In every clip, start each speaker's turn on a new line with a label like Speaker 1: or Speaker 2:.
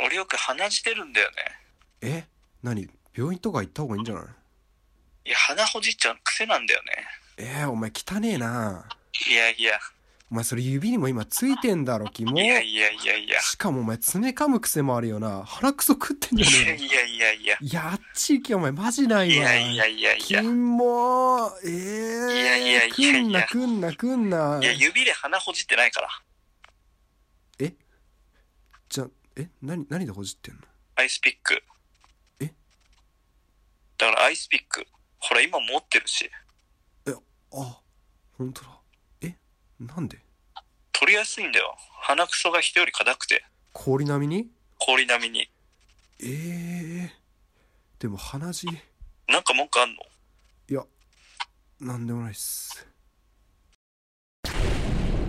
Speaker 1: 俺よく鼻血出るんだよね。
Speaker 2: え何病院とか行った方がいいんじゃない
Speaker 1: いや、鼻ほじっちゃう癖なんだよね。
Speaker 2: えー、お前汚ねえない
Speaker 1: やいや、
Speaker 2: お前それ指にも今ついてんだろキモ
Speaker 1: いやいやいやいや。
Speaker 2: しかもお前爪噛む癖もあるよな腹くそ食ってん
Speaker 1: い
Speaker 2: じゃ
Speaker 1: や
Speaker 2: ねえ
Speaker 1: いやいやいや。
Speaker 2: のいやあっち行けお前マジないわ
Speaker 1: いやいやいやい
Speaker 2: キ
Speaker 1: や。い
Speaker 2: モええ
Speaker 1: やいやいやいや
Speaker 2: ー、くんなくんなくんな
Speaker 1: や、指で鼻ほじってないから。
Speaker 2: じゃえ何何でほじってんの
Speaker 1: アイスピック。
Speaker 2: え
Speaker 1: だからアイスピック。ほら、今持ってるし。
Speaker 2: あ本当だえなんで
Speaker 1: 取りやすいんだよ。鼻くそが人より硬くて。
Speaker 2: 氷並みに
Speaker 1: 氷並みに。
Speaker 2: ええー、でも鼻血
Speaker 1: なんか文句あんの
Speaker 2: いやなんでもないっす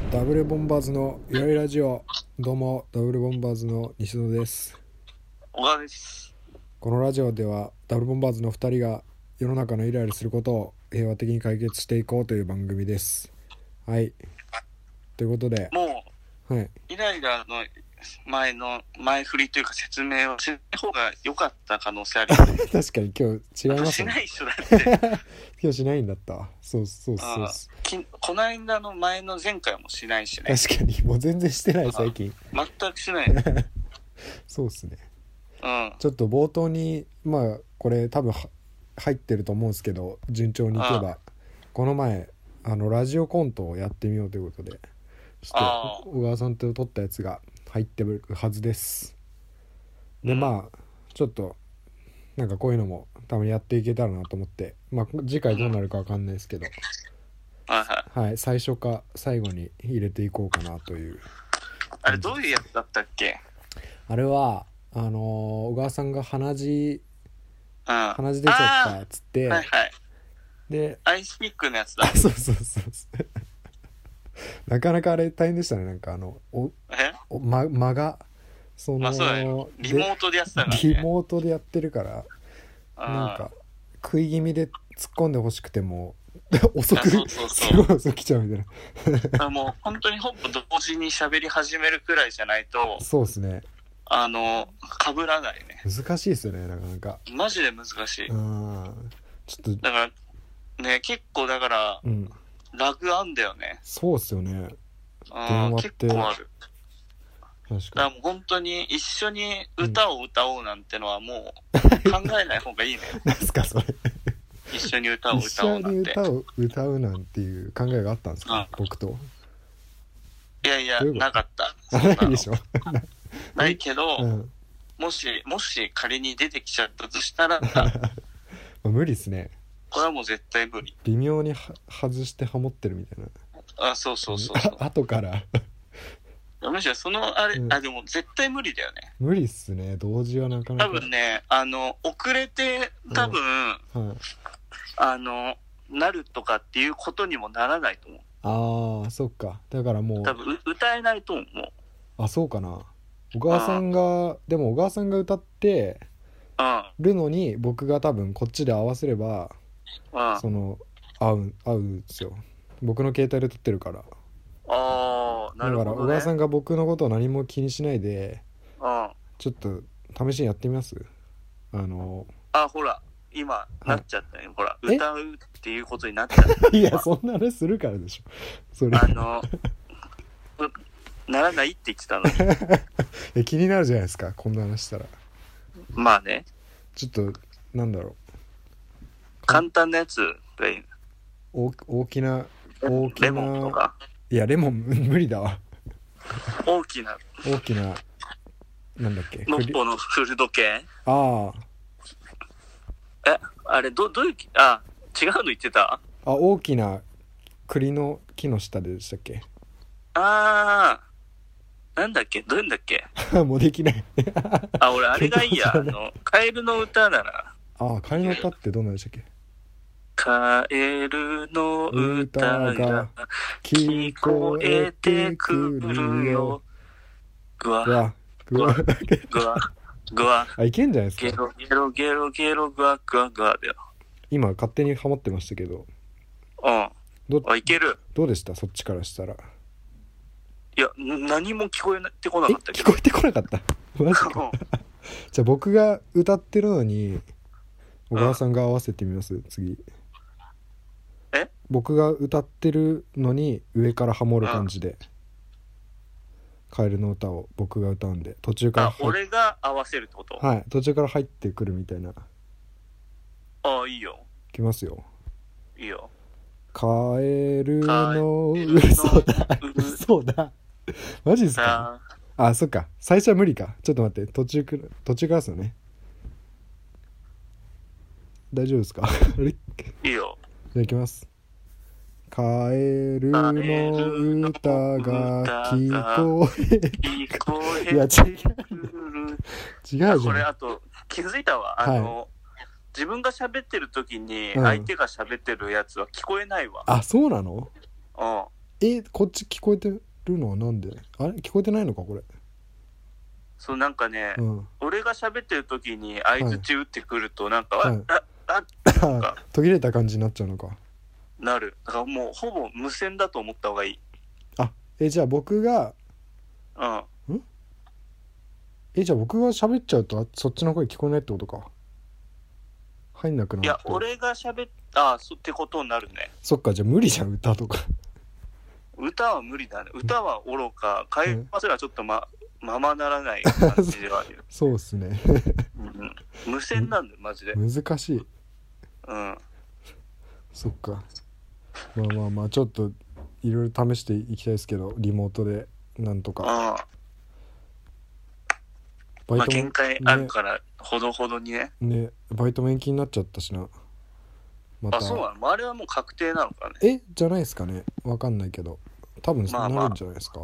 Speaker 2: ダブルボンバーズのゆらゆラジオどうもダブルボンバーズの西野です
Speaker 1: 小川です。
Speaker 2: このラジオではダブルボンバーズの2人が世の中のイライラすることを平和的に解決していこうという番組ですはいということで
Speaker 3: も
Speaker 2: はい、
Speaker 3: う、イライラの前の、前振りというか説明をしない方が良かった可能性あるよね。
Speaker 2: 確かに今日違います
Speaker 3: し
Speaker 2: ね
Speaker 3: ないっしょだって。
Speaker 2: 今日しないんだったわそうそうそうそ
Speaker 3: きこないだの前の前回もしないしね。
Speaker 2: う確かにもう全然してない最近
Speaker 3: 全くし ない。うん。
Speaker 2: そうっすね
Speaker 3: あ
Speaker 2: ちょっと冒頭にまあこれ多分は入ってると思うんですけど順調にいけばこの前あのラジオコントをやってみようということでちょ
Speaker 3: あ
Speaker 2: っと小川さんと撮ったやつが入ってるはずですで
Speaker 3: うん
Speaker 2: まあちょっとなんかこういうのも多分やっていけたらなと思ってまあ次回どうなるかわかんないですけど
Speaker 3: はい
Speaker 2: はい最初か最後に入れていこうかなという
Speaker 3: あれどういうやつだったっけ
Speaker 2: あれはあのー小川さんが鼻血
Speaker 3: うん。
Speaker 2: 鼻血出ちゃった
Speaker 3: あ
Speaker 2: っつって
Speaker 3: ーはいはい。
Speaker 2: で
Speaker 3: アイスピックのやつだ
Speaker 2: あ。そうそうそうそう なかなかあれ大変でしたねなんかあのお
Speaker 3: え
Speaker 2: お、ま、間がその、
Speaker 3: まあそうだよ。リモートでやってたから、
Speaker 2: で
Speaker 3: ね。
Speaker 2: リモートでやってるからなんか食い気味で突っ込んでほしくても 遅く
Speaker 3: あそうそうそう
Speaker 2: す ごい遅く来ちゃうみたいな
Speaker 3: うんもう本当にほぼ同時に喋り始めるくらいじゃないと、
Speaker 2: そうですね
Speaker 3: あの、被らないね。
Speaker 2: 難しいですよねなかなか
Speaker 3: マジで難しい。
Speaker 2: うんちょっと
Speaker 3: だから、ね、結構だから、
Speaker 2: うん
Speaker 3: ラグあんだよね。
Speaker 2: そうっすよね電
Speaker 3: うん、
Speaker 2: 話っ
Speaker 3: 結
Speaker 2: て
Speaker 3: 構ある。
Speaker 2: 確
Speaker 3: だから
Speaker 2: か
Speaker 3: もう本当に一緒に歌を歌おうなんてのはも う考えない方がいいね。
Speaker 2: に何すかそれ
Speaker 3: 一緒に歌を
Speaker 2: 一
Speaker 3: 歌お
Speaker 2: 緒
Speaker 3: うな
Speaker 2: に
Speaker 3: んて。
Speaker 2: 歌を歌うなんていう考えがあったんですか僕と
Speaker 3: いやいや、
Speaker 2: どういうこと
Speaker 3: なかった。 そんな
Speaker 2: ない
Speaker 3: の
Speaker 2: でしょ
Speaker 3: ないけど、
Speaker 2: うん
Speaker 3: もし、もし仮に出てきちゃったとした ら、
Speaker 2: まあ無理っすね
Speaker 3: これはもう絶対無理。
Speaker 2: 微妙には外してハモってるみたいな
Speaker 3: あ、そうそうそうそう
Speaker 2: あ後から
Speaker 3: いや。むしろそのあれ、
Speaker 2: うん
Speaker 3: あ、でも絶対無理だよね。
Speaker 2: 無理っすね同時はなかな
Speaker 3: 多
Speaker 2: か
Speaker 3: 分ね、あの、遅れて、多分、
Speaker 2: はい、
Speaker 3: あの、なるとかっていうことにもならないと思う。
Speaker 2: ああそっかだからもう
Speaker 3: 多分う歌えないと思う。
Speaker 2: あそうかな小川さんがでも小川さんが歌って
Speaker 3: うん、
Speaker 2: るのに僕が多分こっちで合わせれば
Speaker 3: うん。あ
Speaker 2: その合うん合うんですよ僕の携帯で撮ってるから
Speaker 3: あー、な
Speaker 2: だ
Speaker 3: る
Speaker 2: か
Speaker 3: ほど、
Speaker 2: ら
Speaker 3: ね。
Speaker 2: 小川さんが僕のことを何も気にしないで
Speaker 3: うん。
Speaker 2: ちょっと試しにやってみますあの
Speaker 3: あ、ほら、今、
Speaker 2: い
Speaker 3: なっちゃったね。ほら、
Speaker 2: え
Speaker 3: 歌うっていうことになっちゃっ
Speaker 2: いやそんなあれするからでしょそれ
Speaker 3: た。あの、うならないって言って たのに。
Speaker 2: え気になるじゃないですかこんな話したら
Speaker 3: まあね、
Speaker 2: ちょっとなんだろ
Speaker 3: 簡単なやつがいい。
Speaker 2: う大大きな大き
Speaker 3: レモンと
Speaker 2: な
Speaker 3: か、
Speaker 2: いやレモン む無理だわ
Speaker 3: 大きな、
Speaker 2: 大きななんだっけ
Speaker 3: ノッ
Speaker 2: 栗
Speaker 3: ポの古時計。
Speaker 2: ああ
Speaker 3: あれ、ど、どういう、あ、違うの言ってた
Speaker 2: あ大きな栗の木の下でしたっけ
Speaker 3: あー、なんだっけどういうんだっけ
Speaker 2: もうできない
Speaker 3: あ、俺、あれがい いや。あの、カエルの歌なら。
Speaker 2: ああ仮の歌ってどんなでしたっけ
Speaker 3: カエルの歌が
Speaker 2: 歌が
Speaker 3: 聞こえてくるよ。ぐわ
Speaker 2: うわうわ
Speaker 3: ぐわぐわ
Speaker 2: あいけんじゃないで
Speaker 3: ゲ
Speaker 2: すか
Speaker 3: ロゲロゲロゲロぐわぐわぐわだよ。
Speaker 2: 今勝手にハマってましたけど
Speaker 3: う
Speaker 2: ど
Speaker 3: ん。あ、いける。
Speaker 2: どうでしたそっちからしたら
Speaker 3: いや、ん何も聞こえてこな
Speaker 2: え
Speaker 3: かったけ
Speaker 2: 聞
Speaker 3: ど
Speaker 2: こ。えてこなかったマジか
Speaker 3: うん
Speaker 2: じゃあ僕が歌ってるのに小川さんが合わせてみます次
Speaker 3: え
Speaker 2: 僕が歌ってるのに上からハモる感じで「カエルの歌」を僕が歌うんで途中から
Speaker 3: あ、
Speaker 2: 入っ
Speaker 3: 俺が合わせるってこと、
Speaker 2: はい途中から入ってくるみたいな
Speaker 3: ああ、いいよ。
Speaker 2: きますよ
Speaker 3: いいよ。
Speaker 2: 「カエルの
Speaker 3: カエルの
Speaker 2: 嘘だ
Speaker 3: う
Speaker 2: 嘘だマジですか
Speaker 3: さあ、
Speaker 2: あそっか最初は無理かちょっと待って途中くる途中からですよね大丈夫ですか あれ
Speaker 3: いいよ。
Speaker 2: じゃあいきます。カエルの歌が聞こ
Speaker 3: いい声
Speaker 2: いや違え、違うじ
Speaker 3: これ
Speaker 2: ゃん。
Speaker 3: あと気づいたわあの、自分が喋ってる時に
Speaker 2: うん
Speaker 3: 相手が喋ってるやつは聞こえないわ、
Speaker 2: あ、そうなの
Speaker 3: うん
Speaker 2: え、こっち聞こえてるのはなんであれ聞こえてないのかこれ。
Speaker 3: そうなんかね、
Speaker 2: うん。
Speaker 3: 俺が喋ってる時に相づち打ってくるとなんか、
Speaker 2: はい
Speaker 3: あああ
Speaker 2: あ 途切れた感じになっちゃうのか。
Speaker 3: なるだからもうほぼ無線だと思った方がいい
Speaker 2: あ、え、じゃあ僕が、
Speaker 3: うん
Speaker 2: え、じゃあ僕が喋っちゃうとあそっちの声聞こえないってことか。入んなくな
Speaker 3: い
Speaker 2: る。
Speaker 3: や。俺が喋っあそってことになるね
Speaker 2: そっか、じゃあ無理じゃん、歌とか。
Speaker 3: 歌は無理だね歌はおろか会話すらちょっとま、ままならない感じではある よ
Speaker 2: そうっすね。
Speaker 3: うん無線なんだよマジで
Speaker 2: 難しい。
Speaker 3: うん
Speaker 2: そっかまあまあまあちょっといろいろ試していきたいですけどリモートでなんとか
Speaker 3: ああ、
Speaker 2: バイ
Speaker 3: まあ、
Speaker 2: ト
Speaker 3: 限
Speaker 2: も
Speaker 3: 界あるから、ほどほどにね。
Speaker 2: ねバイトも延期になっちゃったしなまた
Speaker 3: あ、そうなのあれはもう確定なのかね。
Speaker 2: えじゃないですかねわかんないけど多分
Speaker 3: ま
Speaker 2: そ
Speaker 3: あ
Speaker 2: う
Speaker 3: まあ
Speaker 2: なるんじゃないですか、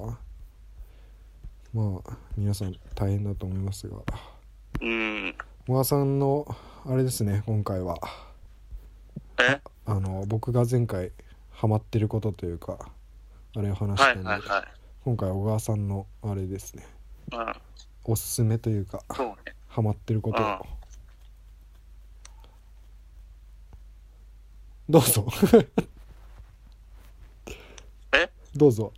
Speaker 2: まあ皆さん大変だと思いますが
Speaker 3: うん。
Speaker 2: 小川さんのあれですね今回は
Speaker 3: え
Speaker 2: あの僕が前回ハマってることというかあれを話し
Speaker 3: は
Speaker 2: た
Speaker 3: い
Speaker 2: んで、
Speaker 3: はいは
Speaker 2: 今回小川さんのあれですね
Speaker 3: い。うん、
Speaker 2: おすすめというか
Speaker 3: そうね。
Speaker 2: ハマってることを
Speaker 3: うん
Speaker 2: どうぞ
Speaker 3: え
Speaker 2: どうぞ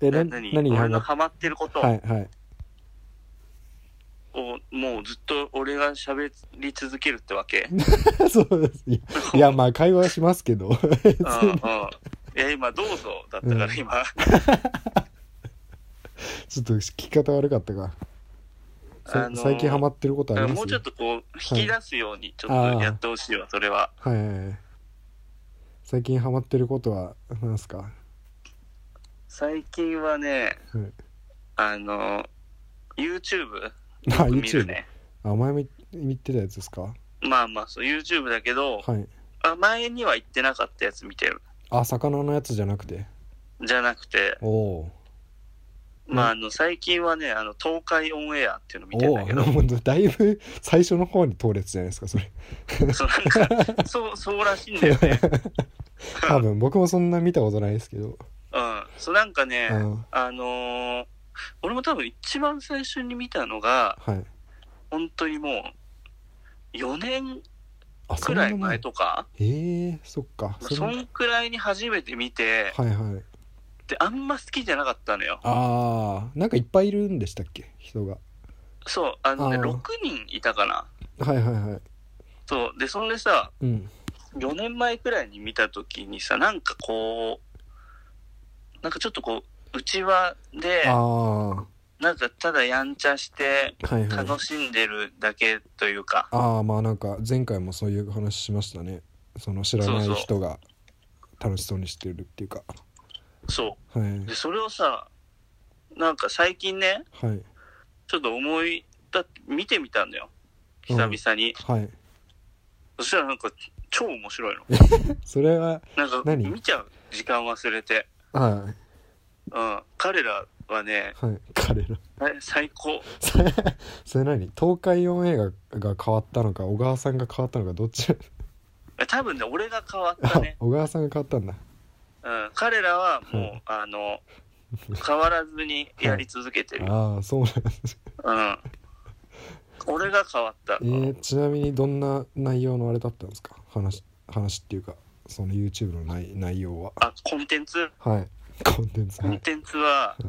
Speaker 2: え
Speaker 3: え
Speaker 2: な
Speaker 3: 何
Speaker 2: 何にハ
Speaker 3: 俺
Speaker 2: マ
Speaker 3: の
Speaker 2: っ
Speaker 3: ハマってることを、
Speaker 2: はいはい
Speaker 3: もうずっと俺が喋り続けるってわけ。
Speaker 2: そうですいや いやまあ会話しますけど
Speaker 3: うんうん。いや、今、どうぞだったか
Speaker 2: う
Speaker 3: ら今、
Speaker 2: ちょっと聞き方悪かったか、さ
Speaker 3: あのー
Speaker 2: 最近ハマってることあります
Speaker 3: もうちょっとこう、引き出すように、ちょっとやってほしいわ、それは。
Speaker 2: はいはいはい最近ハマってることは何ですか
Speaker 3: 最近はね、
Speaker 2: はい
Speaker 3: あの、YouTube
Speaker 2: あ
Speaker 3: 見る
Speaker 2: YouTube
Speaker 3: ね。
Speaker 2: あ前も言ってたやつですか
Speaker 3: まあまあ、そう YouTube だけど、
Speaker 2: はい
Speaker 3: あ前には行ってなかったやつ見てる
Speaker 2: あ魚のやつじゃなくて
Speaker 3: じゃなくて、
Speaker 2: おお
Speaker 3: まあ、あの最近はねあの東海オンエアっていうの見てん
Speaker 2: お
Speaker 3: だ
Speaker 2: お
Speaker 3: けど
Speaker 2: もうだいぶ最初の方に通るやつじゃないですかそ れ
Speaker 3: そうなんかそうそうらしいんだよね
Speaker 2: 多分僕もそんな見たことないですけど、
Speaker 3: うんそうなんかね、
Speaker 2: うん
Speaker 3: あのー俺も多分一番最初に見たのが
Speaker 2: はい
Speaker 3: 本当にもう4年
Speaker 2: あ
Speaker 3: く
Speaker 2: んな
Speaker 3: らい前とか
Speaker 2: えー、そっか
Speaker 3: そ
Speaker 2: んなん
Speaker 3: くらいに初めて見て
Speaker 2: はいはい
Speaker 3: であんま好きじゃなかったのよ
Speaker 2: あーなんかいっぱいいるんでしたっけ人が
Speaker 3: そうあのね
Speaker 2: あー
Speaker 3: 6人いたかな
Speaker 2: はいはいはい
Speaker 3: そうでそんでさ
Speaker 2: うん
Speaker 3: 4年前くらいに見た時にさなんかこうなんかちょっとこううちわで
Speaker 2: ああは
Speaker 3: なんかただやんちゃして
Speaker 2: いはい
Speaker 3: 楽しんでるだけというか
Speaker 2: ああまあなんか前回もそういう話しましたねその知らな
Speaker 3: そ
Speaker 2: いう
Speaker 3: そう
Speaker 2: 人が楽しそうにしてるっていうか
Speaker 3: そ
Speaker 2: はいう
Speaker 3: でそれをさなんか最近ね
Speaker 2: はい
Speaker 3: ちょっと思いだって見てみたんだよ久々に、
Speaker 2: はい
Speaker 3: そしたらなんか超面白いの
Speaker 2: それは
Speaker 3: なんか
Speaker 2: 何
Speaker 3: 見ちゃう時間忘れて、
Speaker 2: は
Speaker 3: うん、彼らはね
Speaker 2: いはい彼ら
Speaker 3: え最高
Speaker 2: それ それ何東海オンエアが変わったのか小川さんが変わったのかどっち、
Speaker 3: え多分ね俺が変わっ
Speaker 2: あ
Speaker 3: た ね
Speaker 2: 小川さんが変わったんだ
Speaker 3: うん、彼らはもう、
Speaker 2: はい
Speaker 3: あの変わらずにやり続けてる、
Speaker 2: ああそうなんだ
Speaker 3: うん、俺が変わった、
Speaker 2: えーちなみにどんな内容のあれだったんですか話話っていうかその YouTube の内内容は
Speaker 3: あコンテンツ
Speaker 2: はいコンテンツ
Speaker 3: コ
Speaker 2: は
Speaker 3: ン
Speaker 2: い
Speaker 3: テンツは、
Speaker 2: はい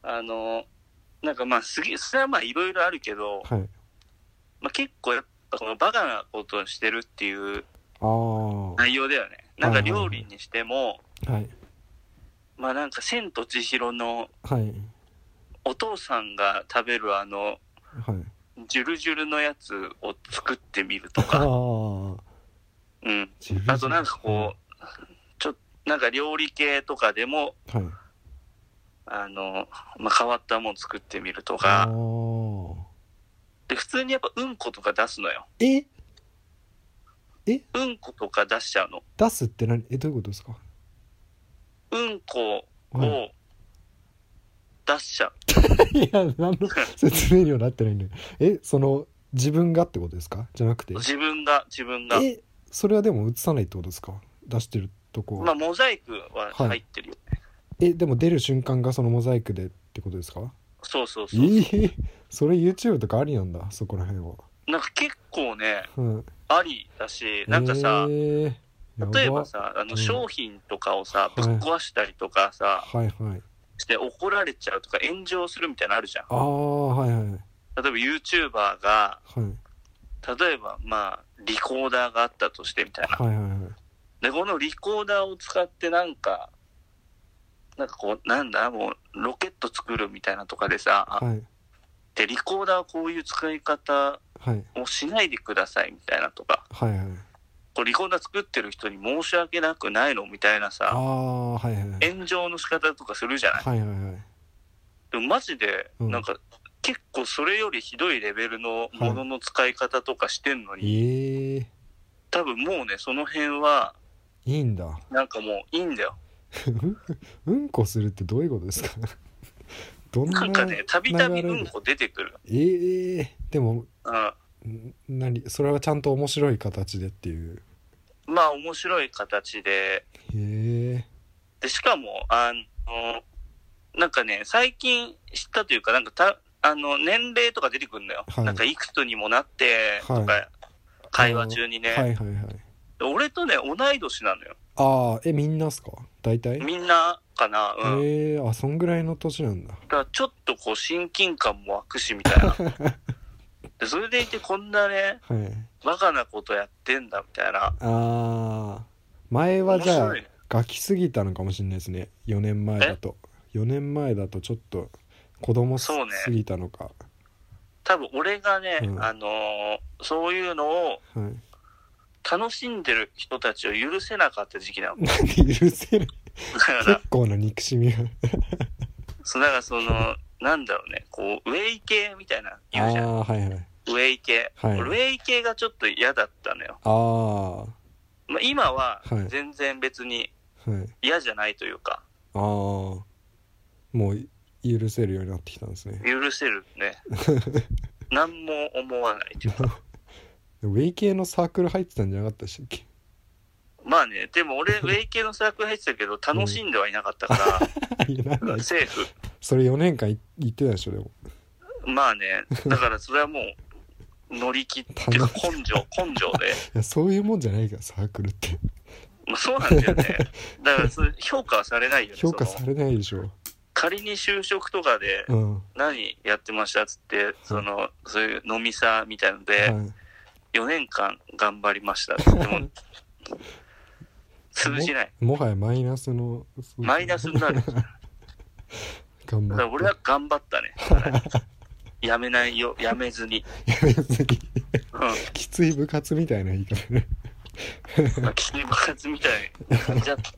Speaker 3: あのなんかまあすげえそれはまあいろいろあるけど、
Speaker 2: はい
Speaker 3: まあ、結構やっぱこのバカなことをしてるっていう
Speaker 2: ああは
Speaker 3: 内容だよねなんか
Speaker 2: はいはいは
Speaker 3: 料
Speaker 2: い
Speaker 3: 理にしても、
Speaker 2: い
Speaker 3: まあなんか「千と千尋」の
Speaker 2: はい
Speaker 3: お父さんが食べるあの
Speaker 2: はい
Speaker 3: ジュルジュルのやつを作ってみると
Speaker 2: あ
Speaker 3: か、
Speaker 2: あ
Speaker 3: うん、あとなんかこうちょっとなんか料理系とかでも
Speaker 2: うはい
Speaker 3: あの、まあ、変わったもん作ってみると
Speaker 2: ああ
Speaker 3: かで普通にやっぱうんことか出すのよ
Speaker 2: え
Speaker 3: うんことか出しちゃうの
Speaker 2: 出すって何えどういうことですか
Speaker 3: うんこ
Speaker 2: はい
Speaker 3: を出しち ゃう、
Speaker 2: い や何の説明にはなってないんだよえその自分がってことですかじゃなくて
Speaker 3: 自分が自分が
Speaker 2: えそれはでも映さないってことですか出してるとこは
Speaker 3: まあモザイクは入ってるよ、
Speaker 2: えでも出る瞬間がそのモザイクでってことですか
Speaker 3: そうそう
Speaker 2: え
Speaker 3: そう、
Speaker 2: ーそれ YouTube とかありなんだそこら辺は、
Speaker 3: なんか結構ね
Speaker 2: うん、
Speaker 3: ありだしなんかさ、
Speaker 2: えーやば
Speaker 3: 例えばさあ
Speaker 2: う
Speaker 3: の
Speaker 2: ん
Speaker 3: 商品とかをさ、
Speaker 2: はい
Speaker 3: ぶっ壊したりとかさ
Speaker 2: はいはい
Speaker 3: して怒られちゃうとか炎上するみたいなのあるじゃん
Speaker 2: ああはいはいはい
Speaker 3: 例えば YouTuber が
Speaker 2: はい
Speaker 3: 例えばまあリコーダーがあったとしてみたいな
Speaker 2: はいはい
Speaker 3: でこのリコーダーを使ってなんかなんかこうなんだもうロケット作るみたいなとかでさ、
Speaker 2: はい
Speaker 3: でリコーダーはこういう使い方
Speaker 2: はい
Speaker 3: をしないでくださいみたいなとか
Speaker 2: はいはい
Speaker 3: これリコーダー作ってる人に申し訳なくないのみたいな
Speaker 2: あ
Speaker 3: さ
Speaker 2: あはいはいはい
Speaker 3: 炎上の仕方とかするじゃない
Speaker 2: はいはいはい
Speaker 3: でもマジで
Speaker 2: うん
Speaker 3: なんか結構それよりひどいレベルのものの使い方とかしてんのに、
Speaker 2: ええ
Speaker 3: 多分もうねその辺は
Speaker 2: ー、いいんだ
Speaker 3: なんかもういいんだよ
Speaker 2: うんうんこするってどういうことですか どんな
Speaker 3: なんかねたびたび
Speaker 2: 流れ
Speaker 3: うんこ出てくる、
Speaker 2: ええー、でも
Speaker 3: うん、
Speaker 2: ん何それはちゃんと面白い形でっていう
Speaker 3: まあ面白い形で
Speaker 2: へえ
Speaker 3: でしかもあのなんかね最近知ったというかなんかたあの年齢とか出てくるんだよ、
Speaker 2: はい
Speaker 3: なんかいくつにもなってとか、
Speaker 2: はい
Speaker 3: 会話中にね、
Speaker 2: はいはいはい
Speaker 3: で俺とね同い年なのよ
Speaker 2: ああえみんなっすか大体
Speaker 3: みんなかなうん、
Speaker 2: えー、あそんぐらいの年なんだ
Speaker 3: だからちょっとこう親近感も湧くしみたい なでそれでいてこんなね
Speaker 2: はい
Speaker 3: バカなことやってんだみたいな
Speaker 2: あー前はじゃあ
Speaker 3: 面白いね
Speaker 2: ガキすぎたのかもしれないですね4年前だと4年前だとちょっと子供す,、
Speaker 3: そうね
Speaker 2: すぎたのか
Speaker 3: 多分俺がね、
Speaker 2: うん
Speaker 3: あのーそういうのを
Speaker 2: はい
Speaker 3: 楽しんでる人たちを許せなかった時期 なのだ
Speaker 2: 何許せる
Speaker 3: から
Speaker 2: 結構な憎しみが
Speaker 3: そうだからそのなんだろうねこうウェイ系みたいな
Speaker 2: あ
Speaker 3: 言うじゃん
Speaker 2: あーはいはい
Speaker 3: ウェイ系、
Speaker 2: はい
Speaker 3: 俺ウェイ系がちょっと嫌だったのよ、
Speaker 2: ああは
Speaker 3: まあ、今は
Speaker 2: はい
Speaker 3: 全然別に
Speaker 2: い
Speaker 3: 嫌じゃないというか
Speaker 2: ああもう許せるようになってきたんですね
Speaker 3: 許せる ね何も思わないというか
Speaker 2: ウェイ系のサークル入ってたんじゃなかったでしたっけ
Speaker 3: まあねでも 俺ウェイ系のサークル入ってたけど楽しんではいなかったか
Speaker 2: いやな ん
Speaker 3: ら
Speaker 2: だ
Speaker 3: セーフ
Speaker 2: それ4年間い言ってたでしょでも
Speaker 3: まあねだからそれはもう乗り切っていうか
Speaker 2: 楽し
Speaker 3: 根性根性で、
Speaker 2: いやそういうもんじゃないからサークルって
Speaker 3: まあ、そうなんだよ ねだからそれ評価はされないよね
Speaker 2: 評価
Speaker 3: そ
Speaker 2: さ
Speaker 3: の
Speaker 2: れないでしょ
Speaker 3: 仮に就職とかで
Speaker 2: うんは
Speaker 3: 何やってましたっつってそのそういう飲みさみたいので4年間頑張りま したって言っても通じない
Speaker 2: いもはやマイナスのそう
Speaker 3: マイナスになる
Speaker 2: 頑
Speaker 3: だから
Speaker 2: 張
Speaker 3: 俺は頑張った ね。やめないよ、やめずに。
Speaker 2: って やめすぎ
Speaker 3: うん。
Speaker 2: きつい部活みたいな言い方ね
Speaker 3: まあ、キリバカツみたいな感じだった。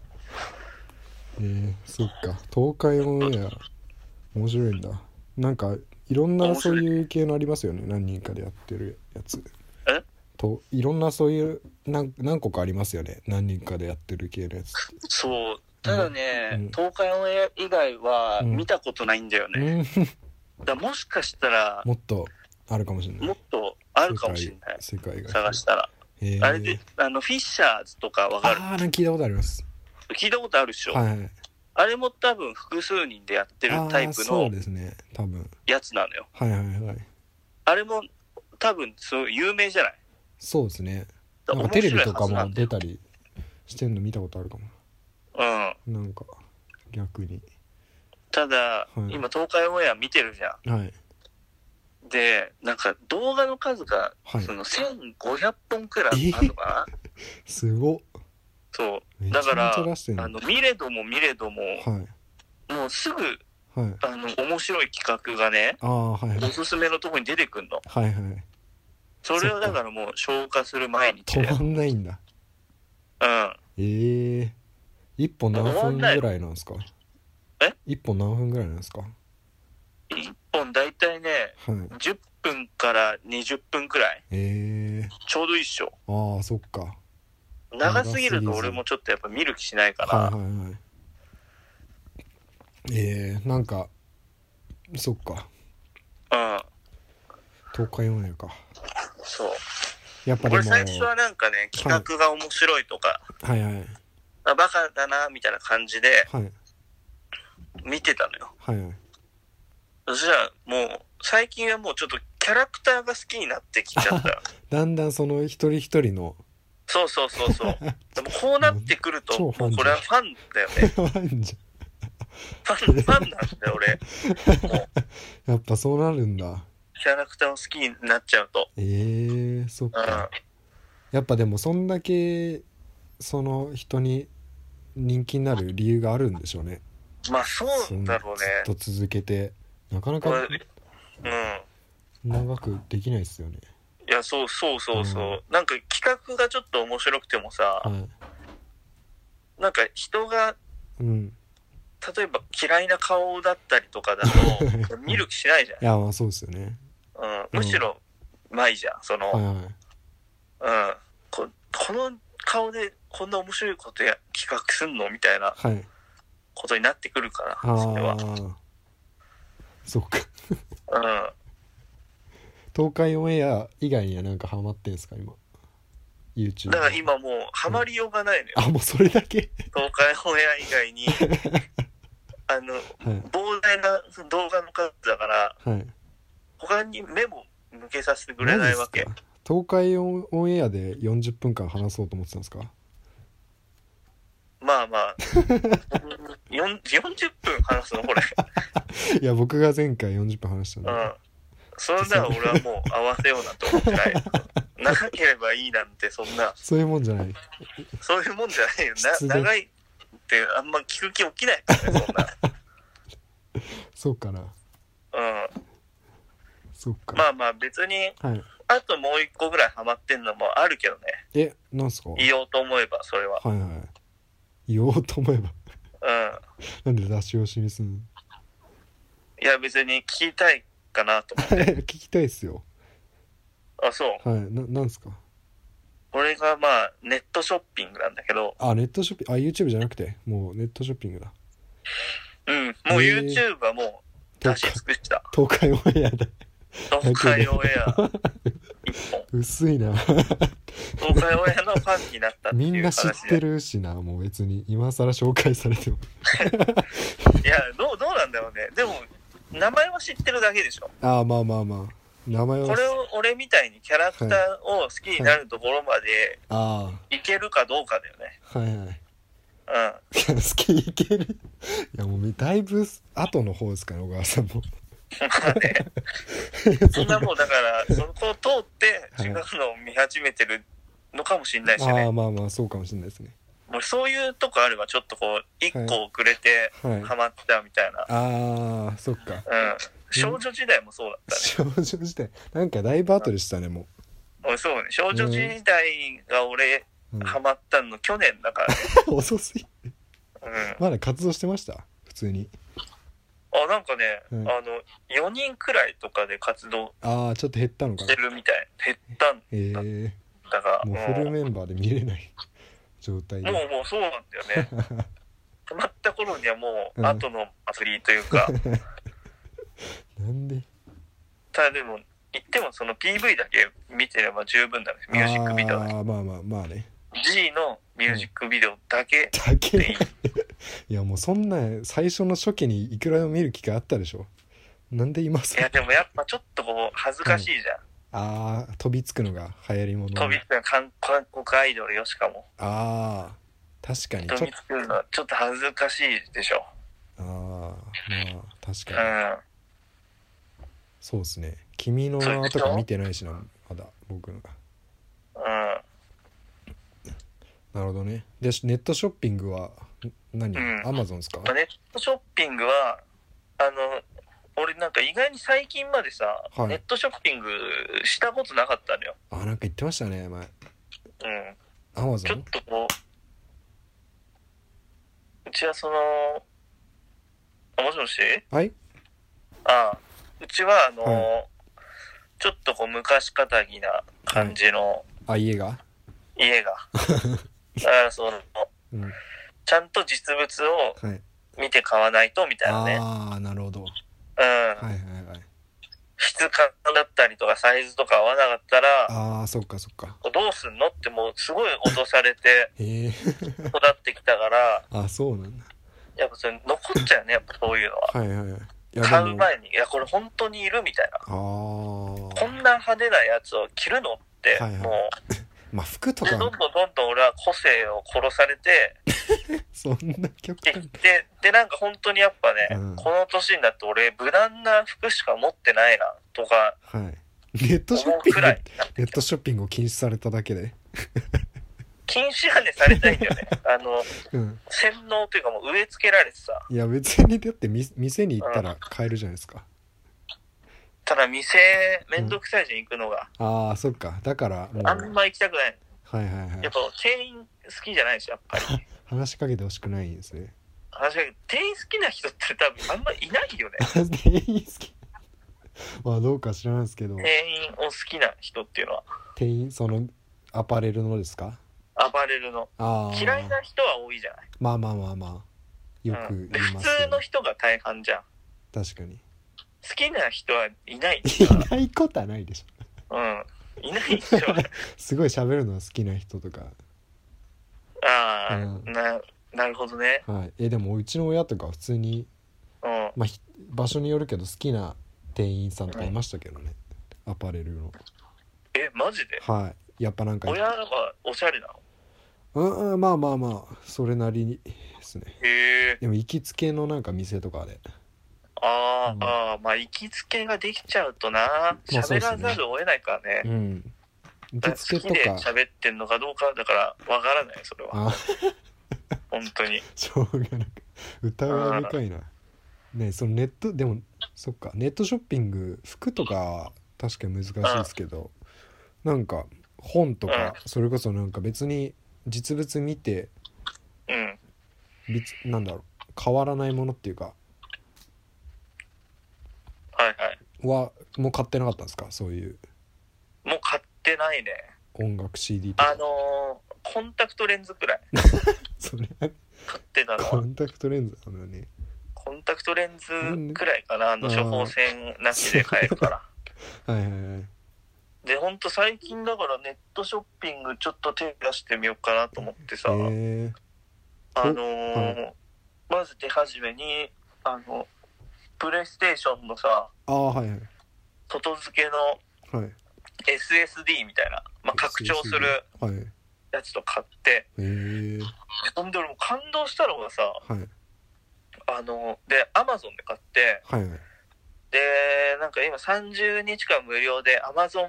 Speaker 2: えー、そっか東海オンエア面白いんだなんかいろんなそういう系のありますよね何人かでやってるやつ
Speaker 3: え
Speaker 2: といろんなそういう何何個かありますよね何人かでやってる系のやつって
Speaker 3: そう。ただね、
Speaker 2: うん
Speaker 3: 東海オンエア以外は
Speaker 2: うん
Speaker 3: 見たことないんだよね。
Speaker 2: うん
Speaker 3: だからもしかしたら、
Speaker 2: もっとあるかもしれない
Speaker 3: もっとあるかもしれない。
Speaker 2: 世界世界が
Speaker 3: 探したら。
Speaker 2: へー
Speaker 3: あれで、あの、フィッシャーズとかわかる
Speaker 2: ああなんか聞いたことあります
Speaker 3: 聞いたことあるでしょ、
Speaker 2: はいはい
Speaker 3: あれも多分複数人でやってる
Speaker 2: あ
Speaker 3: タイ
Speaker 2: ー
Speaker 3: プ
Speaker 2: そう
Speaker 3: の
Speaker 2: ですね多分
Speaker 3: やつなのよ。
Speaker 2: はいはいはい
Speaker 3: あれも多分そう有名じゃない
Speaker 2: そうですね
Speaker 3: だ
Speaker 2: なん
Speaker 3: ら
Speaker 2: かテレビとか
Speaker 3: 面白いはずな
Speaker 2: も
Speaker 3: んだよ
Speaker 2: 出たりしてんの見たことあるかも
Speaker 3: うん。
Speaker 2: なんか逆に
Speaker 3: ただ、
Speaker 2: はい
Speaker 3: 今東海オンエア見てるじゃ
Speaker 2: はい
Speaker 3: ん。で、なんか動画の数が、
Speaker 2: はい
Speaker 3: その1500本くらいあるのかな
Speaker 2: すごっ
Speaker 3: そ
Speaker 2: め
Speaker 3: う。
Speaker 2: ち
Speaker 3: だ
Speaker 2: ゃめち
Speaker 3: から、
Speaker 2: ゃ出してる
Speaker 3: あの、見れども見れども、
Speaker 2: はい
Speaker 3: もうすぐ、
Speaker 2: はい
Speaker 3: あの、面白い企画がね、
Speaker 2: ああはいは
Speaker 3: お
Speaker 2: い
Speaker 3: すすめのとこに出てくんの。
Speaker 2: はいはい
Speaker 3: それをだからもう消化する毎日で。う
Speaker 2: 止ま
Speaker 3: ん。
Speaker 2: んないんだええ一本何分ぐらいなんですか
Speaker 3: え
Speaker 2: 一本何分ぐらいなんですかは
Speaker 3: 1本大体ね、
Speaker 2: い
Speaker 3: 10分から20分くらい。
Speaker 2: ええ
Speaker 3: ちょうどいいっしょ。
Speaker 2: ああそっか
Speaker 3: 長すぎる
Speaker 2: 長
Speaker 3: と
Speaker 2: すぎず
Speaker 3: 俺もちょっとやっぱ見る気しないから。
Speaker 2: はいはいはいええなんかそっか
Speaker 3: うん。
Speaker 2: 東海オンエアか
Speaker 3: そう。
Speaker 2: やっぱ
Speaker 3: こ
Speaker 2: で
Speaker 3: れ
Speaker 2: も
Speaker 3: 最初はなんかね、企画が面白いとか、
Speaker 2: はいはい
Speaker 3: あバカだな、みたいな感じで
Speaker 2: はい
Speaker 3: 見てたのよ。
Speaker 2: はいはい
Speaker 3: そしたらもう、最近はもうちょっとキャラクターが好きになってきちゃ った。
Speaker 2: だんだんその一人一人の
Speaker 3: そうそうそうそう。でもこうなってくると、
Speaker 2: 超
Speaker 3: も
Speaker 2: ファ
Speaker 3: う
Speaker 2: ンじゃん
Speaker 3: これはファンだよね。
Speaker 2: ファンじ
Speaker 3: ファン、ファンなんだよ、俺。
Speaker 2: ゃんやっぱそうなるんだ
Speaker 3: キャラクターを好きになっちゃうと。
Speaker 2: ええそっ
Speaker 3: うん。
Speaker 2: かやっぱでもそんだけその人に人気になる理由があるんでしょうね
Speaker 3: まあ、そうだろう
Speaker 2: ず
Speaker 3: ね。
Speaker 2: っと続けてなかな
Speaker 3: こ
Speaker 2: か
Speaker 3: れうん。
Speaker 2: 長くできないですよね
Speaker 3: いや、そうそうそうそう。なんか企画がちょっと面白くてもさ、
Speaker 2: は
Speaker 3: なんか人が
Speaker 2: いうん
Speaker 3: 例えば嫌いな顔だったりとかだ と見る気しないじ
Speaker 2: いやまあそうですよね
Speaker 3: ゃん、うん、むしろまあいいじゃんその、
Speaker 2: は
Speaker 3: う
Speaker 2: い
Speaker 3: ん、
Speaker 2: はい
Speaker 3: ここの顔でこんな面白いことや企画すんのみたいな
Speaker 2: はい
Speaker 3: ことになってくるからそれ
Speaker 2: あ
Speaker 3: は、
Speaker 2: あそっか
Speaker 3: うん、
Speaker 2: 東海オンエア以外にはなんかハマってんすか今 YouTube
Speaker 3: だから今もうハマりようがないのよ、
Speaker 2: あもうそれだけ
Speaker 3: 東海オンエア以外 にあの
Speaker 2: はい
Speaker 3: 膨大な動画の数だから
Speaker 2: はい
Speaker 3: 他に目も向けさせてくれないわけ
Speaker 2: マジっすか東海オンオンエアで40分間話そうと思ってたんですか
Speaker 3: まあまあよん40分話すのこれ
Speaker 2: いや僕が前回40分話したんで、
Speaker 3: うん。それなら俺はもう合わせようなんて思って ない。長ければいいなんてそんな、
Speaker 2: そういうもんじゃない
Speaker 3: そういうもんじゃないよ。
Speaker 2: 失
Speaker 3: な
Speaker 2: 礼
Speaker 3: 長いってあんま聞く気起きない からね、そん
Speaker 2: そうかな
Speaker 3: な。うん。
Speaker 2: そうか、
Speaker 3: まあまあ別に、
Speaker 2: はい
Speaker 3: あともう一個ぐらいハマってんのもあるけどね。
Speaker 2: えなんすかはい
Speaker 3: 言おうと思えば、それは。
Speaker 2: はい言おうと思えば
Speaker 3: う
Speaker 2: なんで出し惜しみすんの
Speaker 3: ん。いや別に聞きたいかなと思って。
Speaker 2: 聞きたいっすよ
Speaker 3: あ、そう。
Speaker 2: はいななんすか
Speaker 3: 俺がまあネットショッピングなんだけど、
Speaker 2: あネットショッピングあ YouTube じゃなくてもうネットショッピングだ
Speaker 3: うん。もう
Speaker 2: へえ
Speaker 3: YouTube はもう出
Speaker 2: 東
Speaker 3: し尽く した。
Speaker 2: 海東海オンエアで
Speaker 3: 東海オンエア一本。
Speaker 2: 薄いな
Speaker 3: 東海オンエアのファンになったって
Speaker 2: み
Speaker 3: い
Speaker 2: ん
Speaker 3: う
Speaker 2: な知っ
Speaker 3: 話
Speaker 2: て
Speaker 3: で。
Speaker 2: るしなもう別に今更紹介されても
Speaker 3: いや、どう、どうなんだろうね。でも、名前は知ってるだけでしょ。
Speaker 2: ああまあまあまあ名前は
Speaker 3: これを俺みたいにキャラクターを好きになるところまで
Speaker 2: あ
Speaker 3: いけるかどうかだよね。
Speaker 2: あはいはい
Speaker 3: うん。
Speaker 2: いや好きいけるいやもうだいぶ後の方ですから小川さんも
Speaker 3: まあね。 そんなもうだから、そこを通って違うのを見始めてるのかもしれないし
Speaker 2: ああ
Speaker 3: ね。
Speaker 2: まあまあそうかもしれないですね
Speaker 3: もうそういうとこあればちょっとこう、一個遅れて
Speaker 2: はい
Speaker 3: ハマったみたいな。
Speaker 2: ああそっか
Speaker 3: うん。少女時代もそうだったね。
Speaker 2: 少女時代なんかだいぶ後でしたねも
Speaker 3: うんそうね。少女時代が俺
Speaker 2: う、うん
Speaker 3: ハマったの去年だからね。
Speaker 2: 遅すぎ
Speaker 3: うん
Speaker 2: まだ活動してました普通に
Speaker 3: あなんかね、
Speaker 2: うん
Speaker 3: あの4人くらいとかで活動
Speaker 2: ああちょっと減ったのか
Speaker 3: し
Speaker 2: な
Speaker 3: てるみたい減ったん
Speaker 2: ええ
Speaker 3: だが
Speaker 2: もうフルメンバーで見れない状態
Speaker 3: もう
Speaker 2: で
Speaker 3: もうそうなんだよね 止まった頃にはも
Speaker 2: うん
Speaker 3: う後の祭りという か、
Speaker 2: なんで
Speaker 3: ただでも言ってもその PV だけ見てれば十分だねミュージックビデオだね
Speaker 2: ああまあまあまあね
Speaker 3: G のミュージックビデオだけ
Speaker 2: だ
Speaker 3: でい
Speaker 2: け
Speaker 3: い、
Speaker 2: いやもうそんな最初の初期にいくらでも見る機会あったでしょなんで今
Speaker 3: いや
Speaker 2: さ
Speaker 3: でもやっぱちょっとこう恥ずかしいじゃん、
Speaker 2: ああ飛びつくのが流行りもの
Speaker 3: 飛びつくのは韓韓国アイドルよしかも
Speaker 2: ああ確かにち
Speaker 3: 飛
Speaker 2: ょっ
Speaker 3: びつくのはちょっと恥ずかしいでしょ
Speaker 2: とああまあ確
Speaker 3: う
Speaker 2: かに
Speaker 3: ん。
Speaker 2: そうですね「君の名は」とか見てないしなまだ僕の
Speaker 3: う
Speaker 2: なるほどねでネットショッピングはん何
Speaker 3: うん
Speaker 2: アマゾンですか
Speaker 3: ん。ネットショッピングは、あの、俺なんか意外に最近までさ、
Speaker 2: はい
Speaker 3: ネットショッピングしたことなかったのよ。
Speaker 2: あなんか言ってましたね前
Speaker 3: うん。
Speaker 2: アマゾ
Speaker 3: ちょっ
Speaker 2: ン
Speaker 3: とこう、うちはその、あもしもし
Speaker 2: はい
Speaker 3: ああうちはあの、
Speaker 2: は
Speaker 3: ちょっとこう昔かたぎな感じの
Speaker 2: あ家が
Speaker 3: 家が。だからその、
Speaker 2: うんは
Speaker 3: ちゃんと実物を
Speaker 2: い
Speaker 3: 見て買わないとみたいなね。
Speaker 2: ああなるほど
Speaker 3: うん。
Speaker 2: はいはいはい
Speaker 3: 質感だったりとかサイズとか合わなかったら、
Speaker 2: ああそっかそっか
Speaker 3: どうすんのってもうすごい落とされ て
Speaker 2: へえ
Speaker 3: 育ってきたから、
Speaker 2: あそうなんだ
Speaker 3: やっぱそれ残っちゃうね、やっぱそういうのは。
Speaker 2: はいはいはいいや
Speaker 3: 買
Speaker 2: で
Speaker 3: う
Speaker 2: も
Speaker 3: 前に、いや、これ本当にいるみたいな。
Speaker 2: ああ
Speaker 3: こんな派手なやつを着るのって、
Speaker 2: はいはい
Speaker 3: もう、
Speaker 2: まあ服と
Speaker 3: でどん
Speaker 2: か
Speaker 3: どんどんどん俺は個性を殺されて、
Speaker 2: そんな極
Speaker 3: で
Speaker 2: 端
Speaker 3: ででなんか本当にやっぱね、
Speaker 2: うん
Speaker 3: この年になって俺無難な服しか持ってないなとか
Speaker 2: はいネット
Speaker 3: 思
Speaker 2: ショッピ
Speaker 3: う
Speaker 2: ン
Speaker 3: く
Speaker 2: グ
Speaker 3: らい
Speaker 2: ネットショッピングを禁止されただけで
Speaker 3: 禁止がねされたいんだよ ねあの
Speaker 2: うん
Speaker 3: 洗脳というかもう植え付けられてさ
Speaker 2: いや別にだってみ店に行ったら買えるじゃないですか
Speaker 3: ただ店めんどくさいじゃん行くのが、
Speaker 2: ああそっかだからもう
Speaker 3: あんま行きたくない
Speaker 2: はいはいは
Speaker 3: やっ
Speaker 2: い
Speaker 3: ぱ店員好きじゃないしやっぱり
Speaker 2: 話しかけてほしくないんです ね
Speaker 3: 話しかけ店員好きな人って多分あんまいないよね
Speaker 2: 店員好きまあどうか知らないですけど
Speaker 3: 店員を好きな人っていうのは
Speaker 2: 店員そのアパレルのですか
Speaker 3: 暴れるの
Speaker 2: ああ
Speaker 3: 嫌いな人は多いじゃない、
Speaker 2: まあまあまあまあよ
Speaker 3: う
Speaker 2: く
Speaker 3: ん、で
Speaker 2: 言い
Speaker 3: 普
Speaker 2: ま
Speaker 3: 通
Speaker 2: すけど
Speaker 3: の人が大半じゃん
Speaker 2: 確かに
Speaker 3: 好きな人はいない
Speaker 2: い ないことはないでしょ
Speaker 3: うんいないで しょ。
Speaker 2: すごい喋るのは好きな人とか
Speaker 3: ああ、
Speaker 2: うん
Speaker 3: な、なるほどね。
Speaker 2: はいえでもうちの親とか普通に
Speaker 3: うん。
Speaker 2: まあ、ひ場所によるけど好きな店員さんとかいましたけどね、アパレルの
Speaker 3: え、マジで
Speaker 2: はいやっぱなんか
Speaker 3: 親はおしゃれなの
Speaker 2: うんうんまあまあまあそれなりにですね
Speaker 3: へえ。
Speaker 2: でも行きつけのなんか店とかで
Speaker 3: あー、
Speaker 2: うん
Speaker 3: あー、まあ、行きつけができちゃうとな。
Speaker 2: まあそ
Speaker 3: 喋
Speaker 2: うっすね
Speaker 3: らざるを得ないから
Speaker 2: う
Speaker 3: ね。
Speaker 2: ん行
Speaker 3: だか
Speaker 2: きつ
Speaker 3: ら好
Speaker 2: けと
Speaker 3: きで
Speaker 2: か
Speaker 3: 喋ってんのかどうか、だから、わからない、それは。
Speaker 2: あ
Speaker 3: 本当に。
Speaker 2: しょうがなく歌が深いなねそのネットでもそっかネットショッピング服とかは確かに難しいですけどなんか本とかそれこそなんか別に実物見て
Speaker 3: うん。
Speaker 2: びつなんだろう変わらないものっていうか
Speaker 3: はいはい。
Speaker 2: はもう買ってなかったんですかそういう
Speaker 3: もう買ってないね。
Speaker 2: 音楽 CD と
Speaker 3: あ
Speaker 2: か
Speaker 3: のー、コンタクトレンズくらい
Speaker 2: それ
Speaker 3: 買ってたの
Speaker 2: コ
Speaker 3: は。
Speaker 2: ンタクトレンズなのね
Speaker 3: コンタクトレンズくらいかな。あの、
Speaker 2: うん
Speaker 3: 処方箋なしで買えるから。
Speaker 2: はいはいはい
Speaker 3: でほんと最近だからネットショッピングちょっと手出してみようかなと思ってさ、
Speaker 2: え
Speaker 3: あのーまず手始めにあのプレイステーションのさ
Speaker 2: ー、ああはいはい
Speaker 3: 外付けの
Speaker 2: はい
Speaker 3: SSD みたいな、まあ、拡張する
Speaker 2: はいえ
Speaker 3: やつと買って
Speaker 2: えー、
Speaker 3: ほんで俺も感動したのがさ
Speaker 2: はい
Speaker 3: あのーで Amazon で買って
Speaker 2: はいはい
Speaker 3: でなんか今30日間無料で Amazon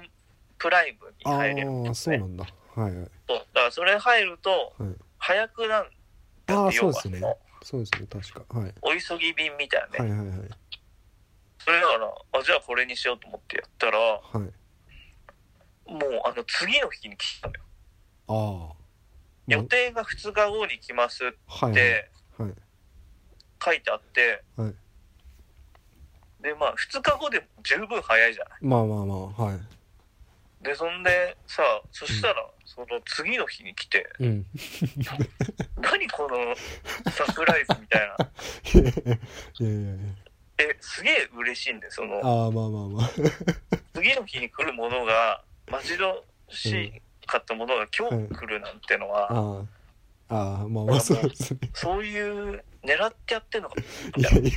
Speaker 3: プライムに入れるん
Speaker 2: ああ
Speaker 3: です
Speaker 2: そう
Speaker 3: ね
Speaker 2: なんだはいはい
Speaker 3: そうだからそれ入ると
Speaker 2: はい
Speaker 3: 早くなんだ
Speaker 2: あ
Speaker 3: っ
Speaker 2: あ
Speaker 3: て
Speaker 2: そ
Speaker 3: 要
Speaker 2: う
Speaker 3: は
Speaker 2: ですねそうですね確かはい
Speaker 3: お急ぎ便みたいなね、
Speaker 2: はいはいはい
Speaker 3: それだからあじゃあこれにしようと思ってやったらも
Speaker 2: はいう
Speaker 3: あの次の日に来たのよ
Speaker 2: ああ
Speaker 3: 予定が2日後に来ますっ
Speaker 2: はいはい
Speaker 3: て
Speaker 2: はい
Speaker 3: 書いてあって、
Speaker 2: はい
Speaker 3: でまあ2日後でも十分早いじゃない
Speaker 2: まあまあまあはい
Speaker 3: でそんでさそしたらその次の日に来て
Speaker 2: うん
Speaker 3: 何このサプライズみたい な
Speaker 2: いやいやいやいや
Speaker 3: えすげえ嬉しいんでその
Speaker 2: ああまあまあまあ
Speaker 3: 次の日に来るものが待ち遠しかったものが今日来るなんてのは、
Speaker 2: ああああまあまあそうですね
Speaker 3: そういう狙ってやってんのか
Speaker 2: いやいや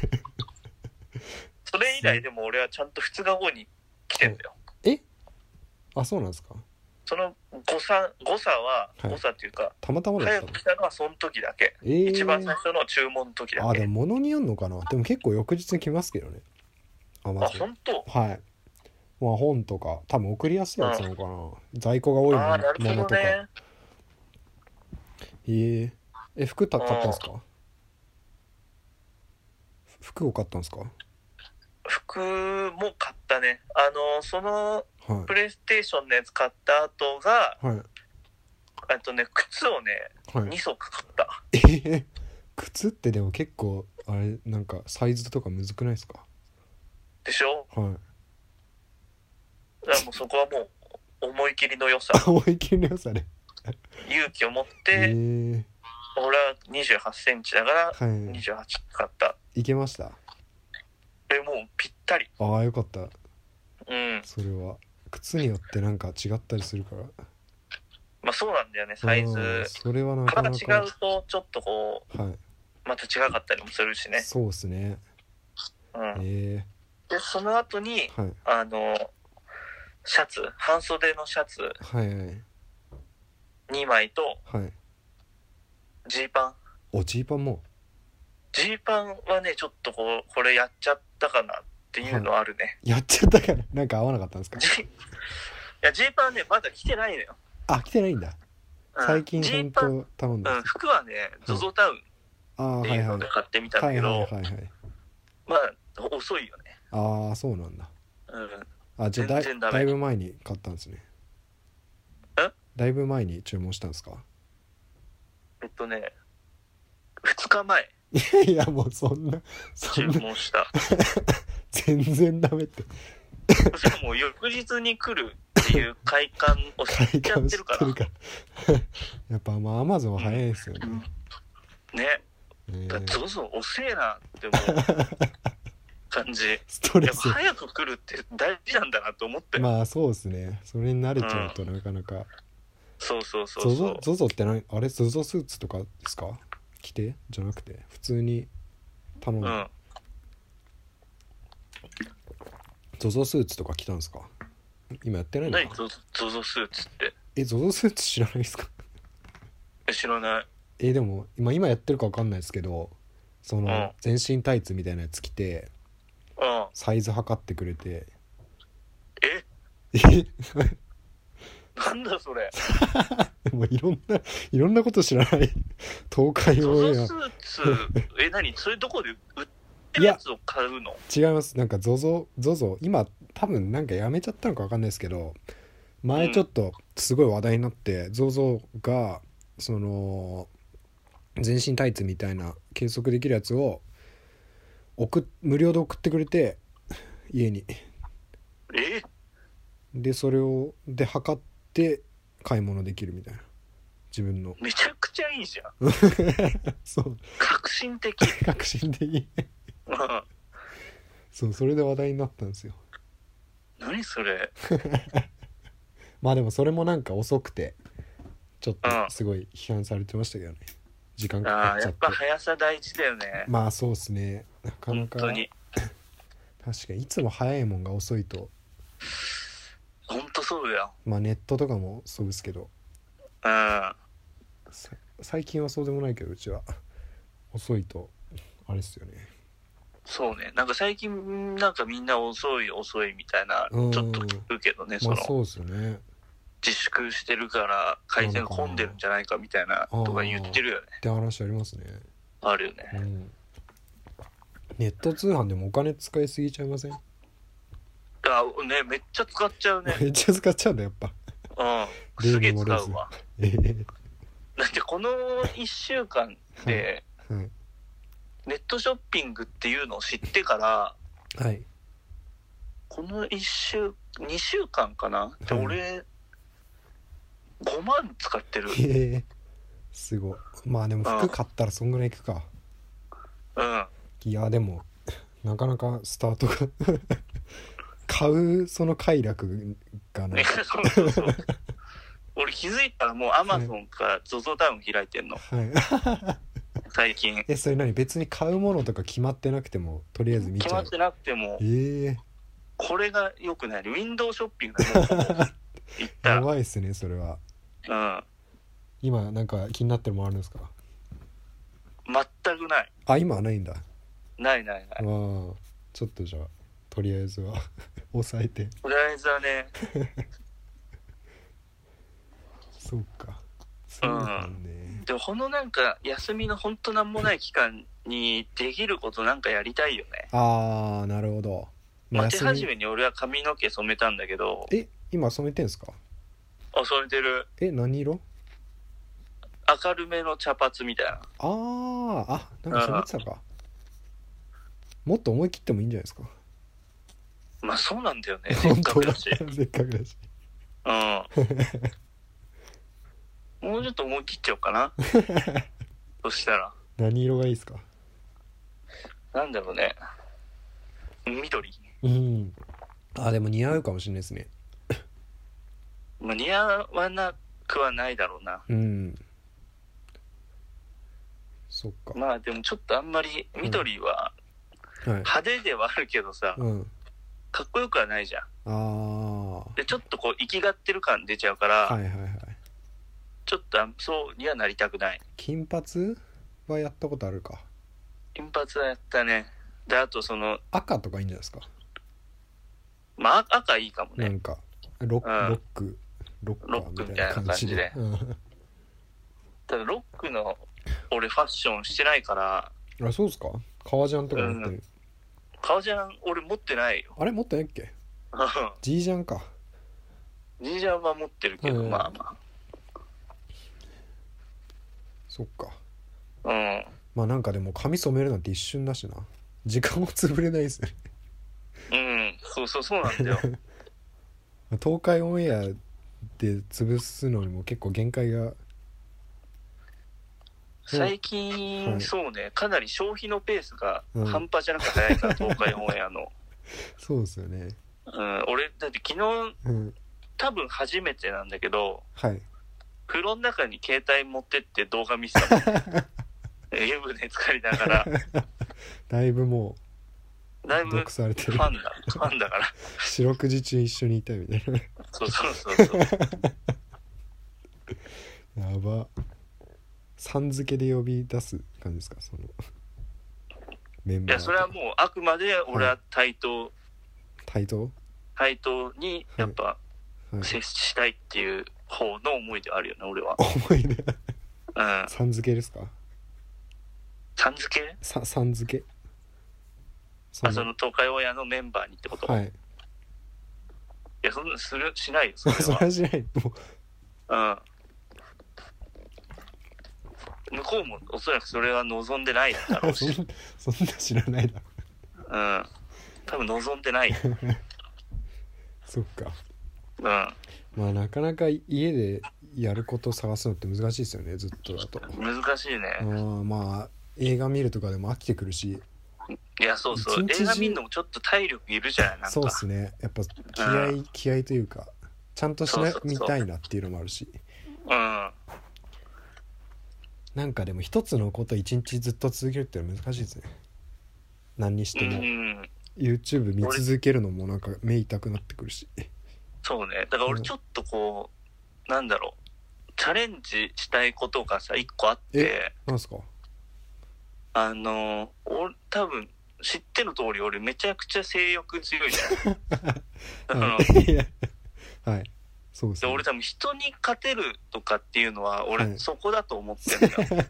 Speaker 3: それ以来でも俺はちゃんと2日後に来てんだよ。
Speaker 2: あそうなんですか
Speaker 3: その誤差誤差は
Speaker 2: はい
Speaker 3: 誤差っていうか、
Speaker 2: たまたまだっ
Speaker 3: 早
Speaker 2: たの
Speaker 3: く来たのはその時だけ、
Speaker 2: えー、
Speaker 3: 一番最初の注文の時だ
Speaker 2: あ
Speaker 3: け
Speaker 2: でも物によんのかなでも結構翌日に来ますけどねあ
Speaker 3: あ
Speaker 2: まず
Speaker 3: 本当
Speaker 2: はいまあ本とか多分送りやすいやつなのかな、在庫が多いも
Speaker 3: ああな
Speaker 2: の
Speaker 3: る
Speaker 2: もの
Speaker 3: ほ
Speaker 2: と
Speaker 3: ど
Speaker 2: か
Speaker 3: ね
Speaker 2: えええ服た買ったんですか服を買ったんですかはい
Speaker 3: 服も買ったねあのそのプレイステーションのやつ買った後が
Speaker 2: はい
Speaker 3: あとね靴をね
Speaker 2: は
Speaker 3: 2
Speaker 2: い
Speaker 3: 足買った
Speaker 2: ええ靴ってでも結構あれなんかサイズとかむずくないですか
Speaker 3: でしょ
Speaker 2: はい
Speaker 3: だからもうそこはもう思い切りの良 さ
Speaker 2: 思い切りの良さで
Speaker 3: 勇気を持っ
Speaker 2: え
Speaker 3: て
Speaker 2: え
Speaker 3: 俺は2 8センチだから
Speaker 2: は
Speaker 3: 28買った
Speaker 2: いいけました
Speaker 3: でもうぴったり
Speaker 2: ああよかった
Speaker 3: うん
Speaker 2: それは靴によってなんか違ったりするから
Speaker 3: まあそうなんだよねサイ
Speaker 2: うん
Speaker 3: ズ
Speaker 2: それはなか
Speaker 3: から
Speaker 2: なか
Speaker 3: 違うとちょっとこ
Speaker 2: は
Speaker 3: うまた違かったりもするし
Speaker 2: い、
Speaker 3: ね、
Speaker 2: そうですね
Speaker 3: うん、
Speaker 2: え
Speaker 3: でその後に
Speaker 2: えはい
Speaker 3: あのシャツ半袖のシャツ
Speaker 2: はいはい
Speaker 3: 2枚と
Speaker 2: はい
Speaker 3: ジーパン
Speaker 2: おジーパンも
Speaker 3: ジーパンはねちょっとこうこれやっちゃったかなっていうのあるね、
Speaker 2: やっちゃったからなんか合わなかったんですか
Speaker 3: ジーいやジーパンはねまだ着てないのよ、
Speaker 2: あ来てないんだ
Speaker 3: うん
Speaker 2: 最近
Speaker 3: ジー
Speaker 2: 本
Speaker 3: パン
Speaker 2: 当頼んだ
Speaker 3: う
Speaker 2: や
Speaker 3: ん、服はね ZOZO タウン
Speaker 2: つ、ああ
Speaker 3: っ
Speaker 2: ー
Speaker 3: て
Speaker 2: はいいうは
Speaker 3: の
Speaker 2: い
Speaker 3: で買ってみたんだ
Speaker 2: はい
Speaker 3: けど、
Speaker 2: はいはいはい
Speaker 3: まあ遅いよね、
Speaker 2: ああそうなんだ
Speaker 3: うん、
Speaker 2: あじゃあだい
Speaker 3: 全然ダメ
Speaker 2: だいぶ前に買ったんですね
Speaker 3: え
Speaker 2: だいぶ前に注文したんですか
Speaker 3: えっとね2日前
Speaker 2: いやもうそんなそ
Speaker 3: 注
Speaker 2: んな
Speaker 3: 文 した
Speaker 2: 全然ダメって
Speaker 3: それもう翌日に来るっていう快感を知っ
Speaker 2: 快
Speaker 3: ちゃっ
Speaker 2: 感
Speaker 3: て
Speaker 2: 知っ
Speaker 3: るか
Speaker 2: て
Speaker 3: ら
Speaker 2: るから やっぱまあアマゾンは早いですよね、
Speaker 3: ね
Speaker 2: え
Speaker 3: だから
Speaker 2: ー、
Speaker 3: どうぞ遅えなって思う感 じ
Speaker 2: ストレ
Speaker 3: やっ
Speaker 2: ス
Speaker 3: ぱ早く来るって大事なんだなと思って、よ
Speaker 2: まあそうですねそれに慣れちゃうとなかなか、
Speaker 3: そうそうそ
Speaker 2: ゾ
Speaker 3: う
Speaker 2: ゾ
Speaker 3: そう
Speaker 2: ゾゾって何あれゾゾスーツとかですか着てじゃなくて普通に頼
Speaker 3: うん
Speaker 2: む、
Speaker 3: あ
Speaker 2: ゾゾスーツとか着たんですか今やってないの
Speaker 3: 何
Speaker 2: か
Speaker 3: ゾゾゾスーツって
Speaker 2: えゾゾスーツ知らないですか
Speaker 3: え知らない
Speaker 2: えでも今今やってるか分かんないですけどその、
Speaker 3: うん
Speaker 2: 全身タイツみたいなやつ着て
Speaker 3: うん
Speaker 2: サイズ測ってくれて
Speaker 3: え
Speaker 2: え
Speaker 3: なんだそれ
Speaker 2: もういろんないろんなこと知らない 東海オン
Speaker 3: ゾ
Speaker 2: エ
Speaker 3: ゾ
Speaker 2: ア
Speaker 3: スー ツえ何それどこで売ってるやつを買うの
Speaker 2: 違いますなんか ZOZO ZOZO 今多分なんかやめちゃったのか分かんないですけど前ちょっとすごい話題になって ZOZO、がその全身タイツみたいな計測できるやつを送っ無料で送ってくれて家に
Speaker 3: え
Speaker 2: でそれをで測って買い物できるみたいな自分の
Speaker 3: めちゃくちゃいいじゃん
Speaker 2: そう
Speaker 3: 革新的
Speaker 2: 革新的
Speaker 3: うん
Speaker 2: そうそれで話題になったんですよ
Speaker 3: 何それ
Speaker 2: まあでもそれもなんか遅くてちょっと
Speaker 3: うん
Speaker 2: すごい批判されてましたけどね時間
Speaker 3: あ
Speaker 2: かか
Speaker 3: あ
Speaker 2: っち
Speaker 3: や
Speaker 2: ゃっ
Speaker 3: ってぱ速さ大事だよね
Speaker 2: まあそうですねなかな
Speaker 3: 本
Speaker 2: か
Speaker 3: 当に
Speaker 2: 確かにいつも早いもんが遅いと
Speaker 3: 本当そうだよ
Speaker 2: まあネットとかもそうですけど
Speaker 3: うん
Speaker 2: さ最近はそうでもないけどうちは遅いとあれっすよね
Speaker 3: そうねなんか最近なんかみんな遅い遅いみたいなち
Speaker 2: う
Speaker 3: ょ
Speaker 2: ん
Speaker 3: っと聞くけどねそ
Speaker 2: まあ
Speaker 3: の
Speaker 2: そうですよね
Speaker 3: 自粛してるから回線が混んでるんじゃないかみたいなとか言ってるよね
Speaker 2: って話ありますね
Speaker 3: あるよ
Speaker 2: う
Speaker 3: ね
Speaker 2: んネット通販でもお金使いすぎちゃいません
Speaker 3: あねめっちゃ使っちゃうね
Speaker 2: めっちゃ使っちゃうんだやっぱ
Speaker 3: うん
Speaker 2: 例
Speaker 3: す
Speaker 2: に
Speaker 3: げえ
Speaker 2: 漏
Speaker 3: 使
Speaker 2: れず
Speaker 3: うわ
Speaker 2: ええ
Speaker 3: だってこの1週間で
Speaker 2: はい
Speaker 3: ネットショッピングっていうのを知ってから
Speaker 2: はい
Speaker 3: この1週2週間かなで
Speaker 2: はい
Speaker 3: 俺5万使ってる
Speaker 2: へえすごいまあでも
Speaker 3: うん
Speaker 2: 服買ったらそんぐらいいくか
Speaker 3: うん
Speaker 2: いやでもなかなかスタートが買うその快楽がな
Speaker 3: ね、
Speaker 2: い
Speaker 3: そうそうそう。俺気づいたらもうアマゾンか ZOZO タウン開いてんの、
Speaker 2: はい
Speaker 3: 最近。
Speaker 2: えそれ何別に買うものとか決まってなくてもとりあえず見
Speaker 3: 決
Speaker 2: ちゃ
Speaker 3: ま
Speaker 2: う
Speaker 3: ってなくても、
Speaker 2: ええ
Speaker 3: これが良くない。ウィンドウショッピングだね。行っ
Speaker 2: や
Speaker 3: た。
Speaker 2: ばいっすねそれは
Speaker 3: う
Speaker 2: 今なんか気になってるもんあるんですか
Speaker 3: ん。全くない。
Speaker 2: あ今はないんだ
Speaker 3: ないないない。
Speaker 2: まあちょっとじゃあとりあえずは 抑えて
Speaker 3: とりあえずはね、
Speaker 2: そうかそうなんね、
Speaker 3: でもこのなんか休みのほんとなんもない期間にできることなんかやりたいよね。
Speaker 2: ああなるほど、ま
Speaker 3: ま
Speaker 2: あ
Speaker 3: あ、手
Speaker 2: 休
Speaker 3: 始
Speaker 2: み
Speaker 3: めに俺は髪の毛染めたんだけど、
Speaker 2: え今染めてんすか
Speaker 3: あ、染めてる。
Speaker 2: え何色
Speaker 3: 明るめの茶髪みたいな。
Speaker 2: あーあなんか染めてたかもっと思い切ってもいいんじゃないですか
Speaker 3: まあそうなんだよね。せっ
Speaker 2: 本
Speaker 3: か
Speaker 2: 当
Speaker 3: く
Speaker 2: だ
Speaker 3: だ
Speaker 2: せ
Speaker 3: し。
Speaker 2: っかくだし
Speaker 3: うん。もうちょっと思い切っちゃおうか な。そしたら。
Speaker 2: 何色がいいですか
Speaker 3: なんだろうね。緑。
Speaker 2: うんあでも似合うかもしれないですね
Speaker 3: まあ、似合わなくはないだろうな。
Speaker 2: うんそっか
Speaker 3: まあでもちょっとあんまり緑は
Speaker 2: はい
Speaker 3: 派手ではあるけどさ、
Speaker 2: うん
Speaker 3: かっこよくはないじゃん。
Speaker 2: ああは
Speaker 3: で、ちょっとこう、生きがってる感出ちゃうか
Speaker 2: い
Speaker 3: ら、
Speaker 2: はいはい
Speaker 3: ちょっとあんそうにはなりたくない。
Speaker 2: 金髪はやったことあるか
Speaker 3: 金髪はやったね。で、あとその、
Speaker 2: 赤とかいいんじゃないですか
Speaker 3: まあ赤いいかも
Speaker 2: な
Speaker 3: ね。
Speaker 2: んかロッ
Speaker 3: うん
Speaker 2: ロックロッカーみたいな感じで
Speaker 3: ただロックの俺ファッションしてないから、
Speaker 2: うんあそうですか革ジャンとか持ってる、
Speaker 3: 顔じゃん俺持ってないよ。
Speaker 2: あれ持ってないっけ G ジャンか
Speaker 3: ジージャンは持ってるけど、
Speaker 2: うん
Speaker 3: まあま
Speaker 2: そっか
Speaker 3: あ。うん。
Speaker 2: まあなんかでも髪染めるなんて一瞬だしな時間も潰れないですね
Speaker 3: うん、そうそうそうなんだよ。
Speaker 2: 東海オンエアで潰すのにも結構限界が
Speaker 3: 最近、
Speaker 2: はい
Speaker 3: そうね、かなり消費のペースが
Speaker 2: うん
Speaker 3: 半端じゃなく早いから、東海オンエアの。
Speaker 2: そうですよね
Speaker 3: うん、俺、だって昨日、
Speaker 2: うん
Speaker 3: 多分初めてなんだけど、
Speaker 2: はい
Speaker 3: 風呂の中に携帯持ってって動画見せたも ん。え湯船浸かりながら、
Speaker 2: だいぶも
Speaker 3: だいうぶ
Speaker 2: 毒
Speaker 3: フ
Speaker 2: されてる
Speaker 3: ァンだ、ファンだから。
Speaker 2: 四六時中一緒にいたみたい
Speaker 3: そうそうそうそう。
Speaker 2: な やばさん付けで呼び出す感じですかそのメン
Speaker 3: い
Speaker 2: バー
Speaker 3: や、それはもう、あくまで俺は対等、
Speaker 2: 対等
Speaker 3: 対等に、やっぱ、
Speaker 2: はい
Speaker 3: 接したいっていう方の思いではあるよね、俺は。
Speaker 2: 重いね
Speaker 3: うん。
Speaker 2: さん付けですか
Speaker 3: さん付け
Speaker 2: ささん付けそ
Speaker 3: あその東海オンエアのメンバーにってこと、、
Speaker 2: はいい
Speaker 3: やそんなするしないよそ
Speaker 2: そ
Speaker 3: れ
Speaker 2: それはしないも
Speaker 3: は、うん、向こうもおそらくそれは望んでないだろ
Speaker 2: う
Speaker 3: う
Speaker 2: そ
Speaker 3: し、
Speaker 2: んそんな知らないだろ
Speaker 3: うん、多分望んでない、うん、
Speaker 2: そっか
Speaker 3: 難
Speaker 2: まあなかなか家でやること探すのって難しいですよねずっとだと
Speaker 3: しいね
Speaker 2: あ、ーまあ映画見るとかでも飽きてくるし
Speaker 3: いやそうそう
Speaker 2: 一日中
Speaker 3: 映画見るのもちょっと体力いるじゃないなんか
Speaker 2: そうっすねやっぱ気合い気合いというかちゃんとしな
Speaker 3: そうそうそう
Speaker 2: 見たいなっていうのもあるし
Speaker 3: うん
Speaker 2: なんかでも一つのこと一日ずっと続けるっていうのは難しいですね何にし
Speaker 3: う
Speaker 2: ても、
Speaker 3: ん
Speaker 2: YouTube 見続けるのもなんか目痛くなってくるし
Speaker 3: そうねだから
Speaker 2: う
Speaker 3: 俺
Speaker 2: ん
Speaker 3: ちょっとこう、なんだろうチャレンジしたいことがさ一個あっ
Speaker 2: え
Speaker 3: て
Speaker 2: なんすか
Speaker 3: あの俺多分知っての通り俺めちゃくちゃ性欲強いじゃん。あの
Speaker 2: はいいや はいそうです
Speaker 3: で
Speaker 2: ね
Speaker 3: 俺多分人に勝てるとかっていうのは俺
Speaker 2: はい
Speaker 3: そこだと思ってるん だよ。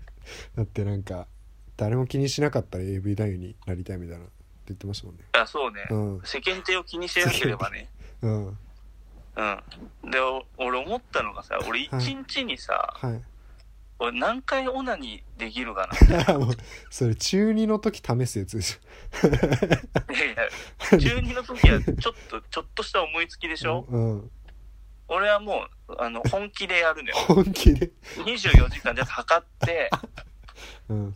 Speaker 2: だってなんか誰も気にしなかったら AV 男優になりたいみたいなって言ってましたもんね
Speaker 3: あそうね。
Speaker 2: うん
Speaker 3: 世間体を気にしなければね。
Speaker 2: うん
Speaker 3: うん。でお俺思ったのがさ俺一日にさ、
Speaker 2: はい
Speaker 3: 俺何回オナニーできるか
Speaker 2: もうそれ中二の時試すやつでし
Speaker 3: な。いやいや中二の時はちょっとちょっとした思いつきでし
Speaker 2: ょ
Speaker 3: ょ。
Speaker 2: うん
Speaker 3: 俺はもうあの本気でやるのよ。
Speaker 2: 本気で
Speaker 3: 24時間で測 って。
Speaker 2: うん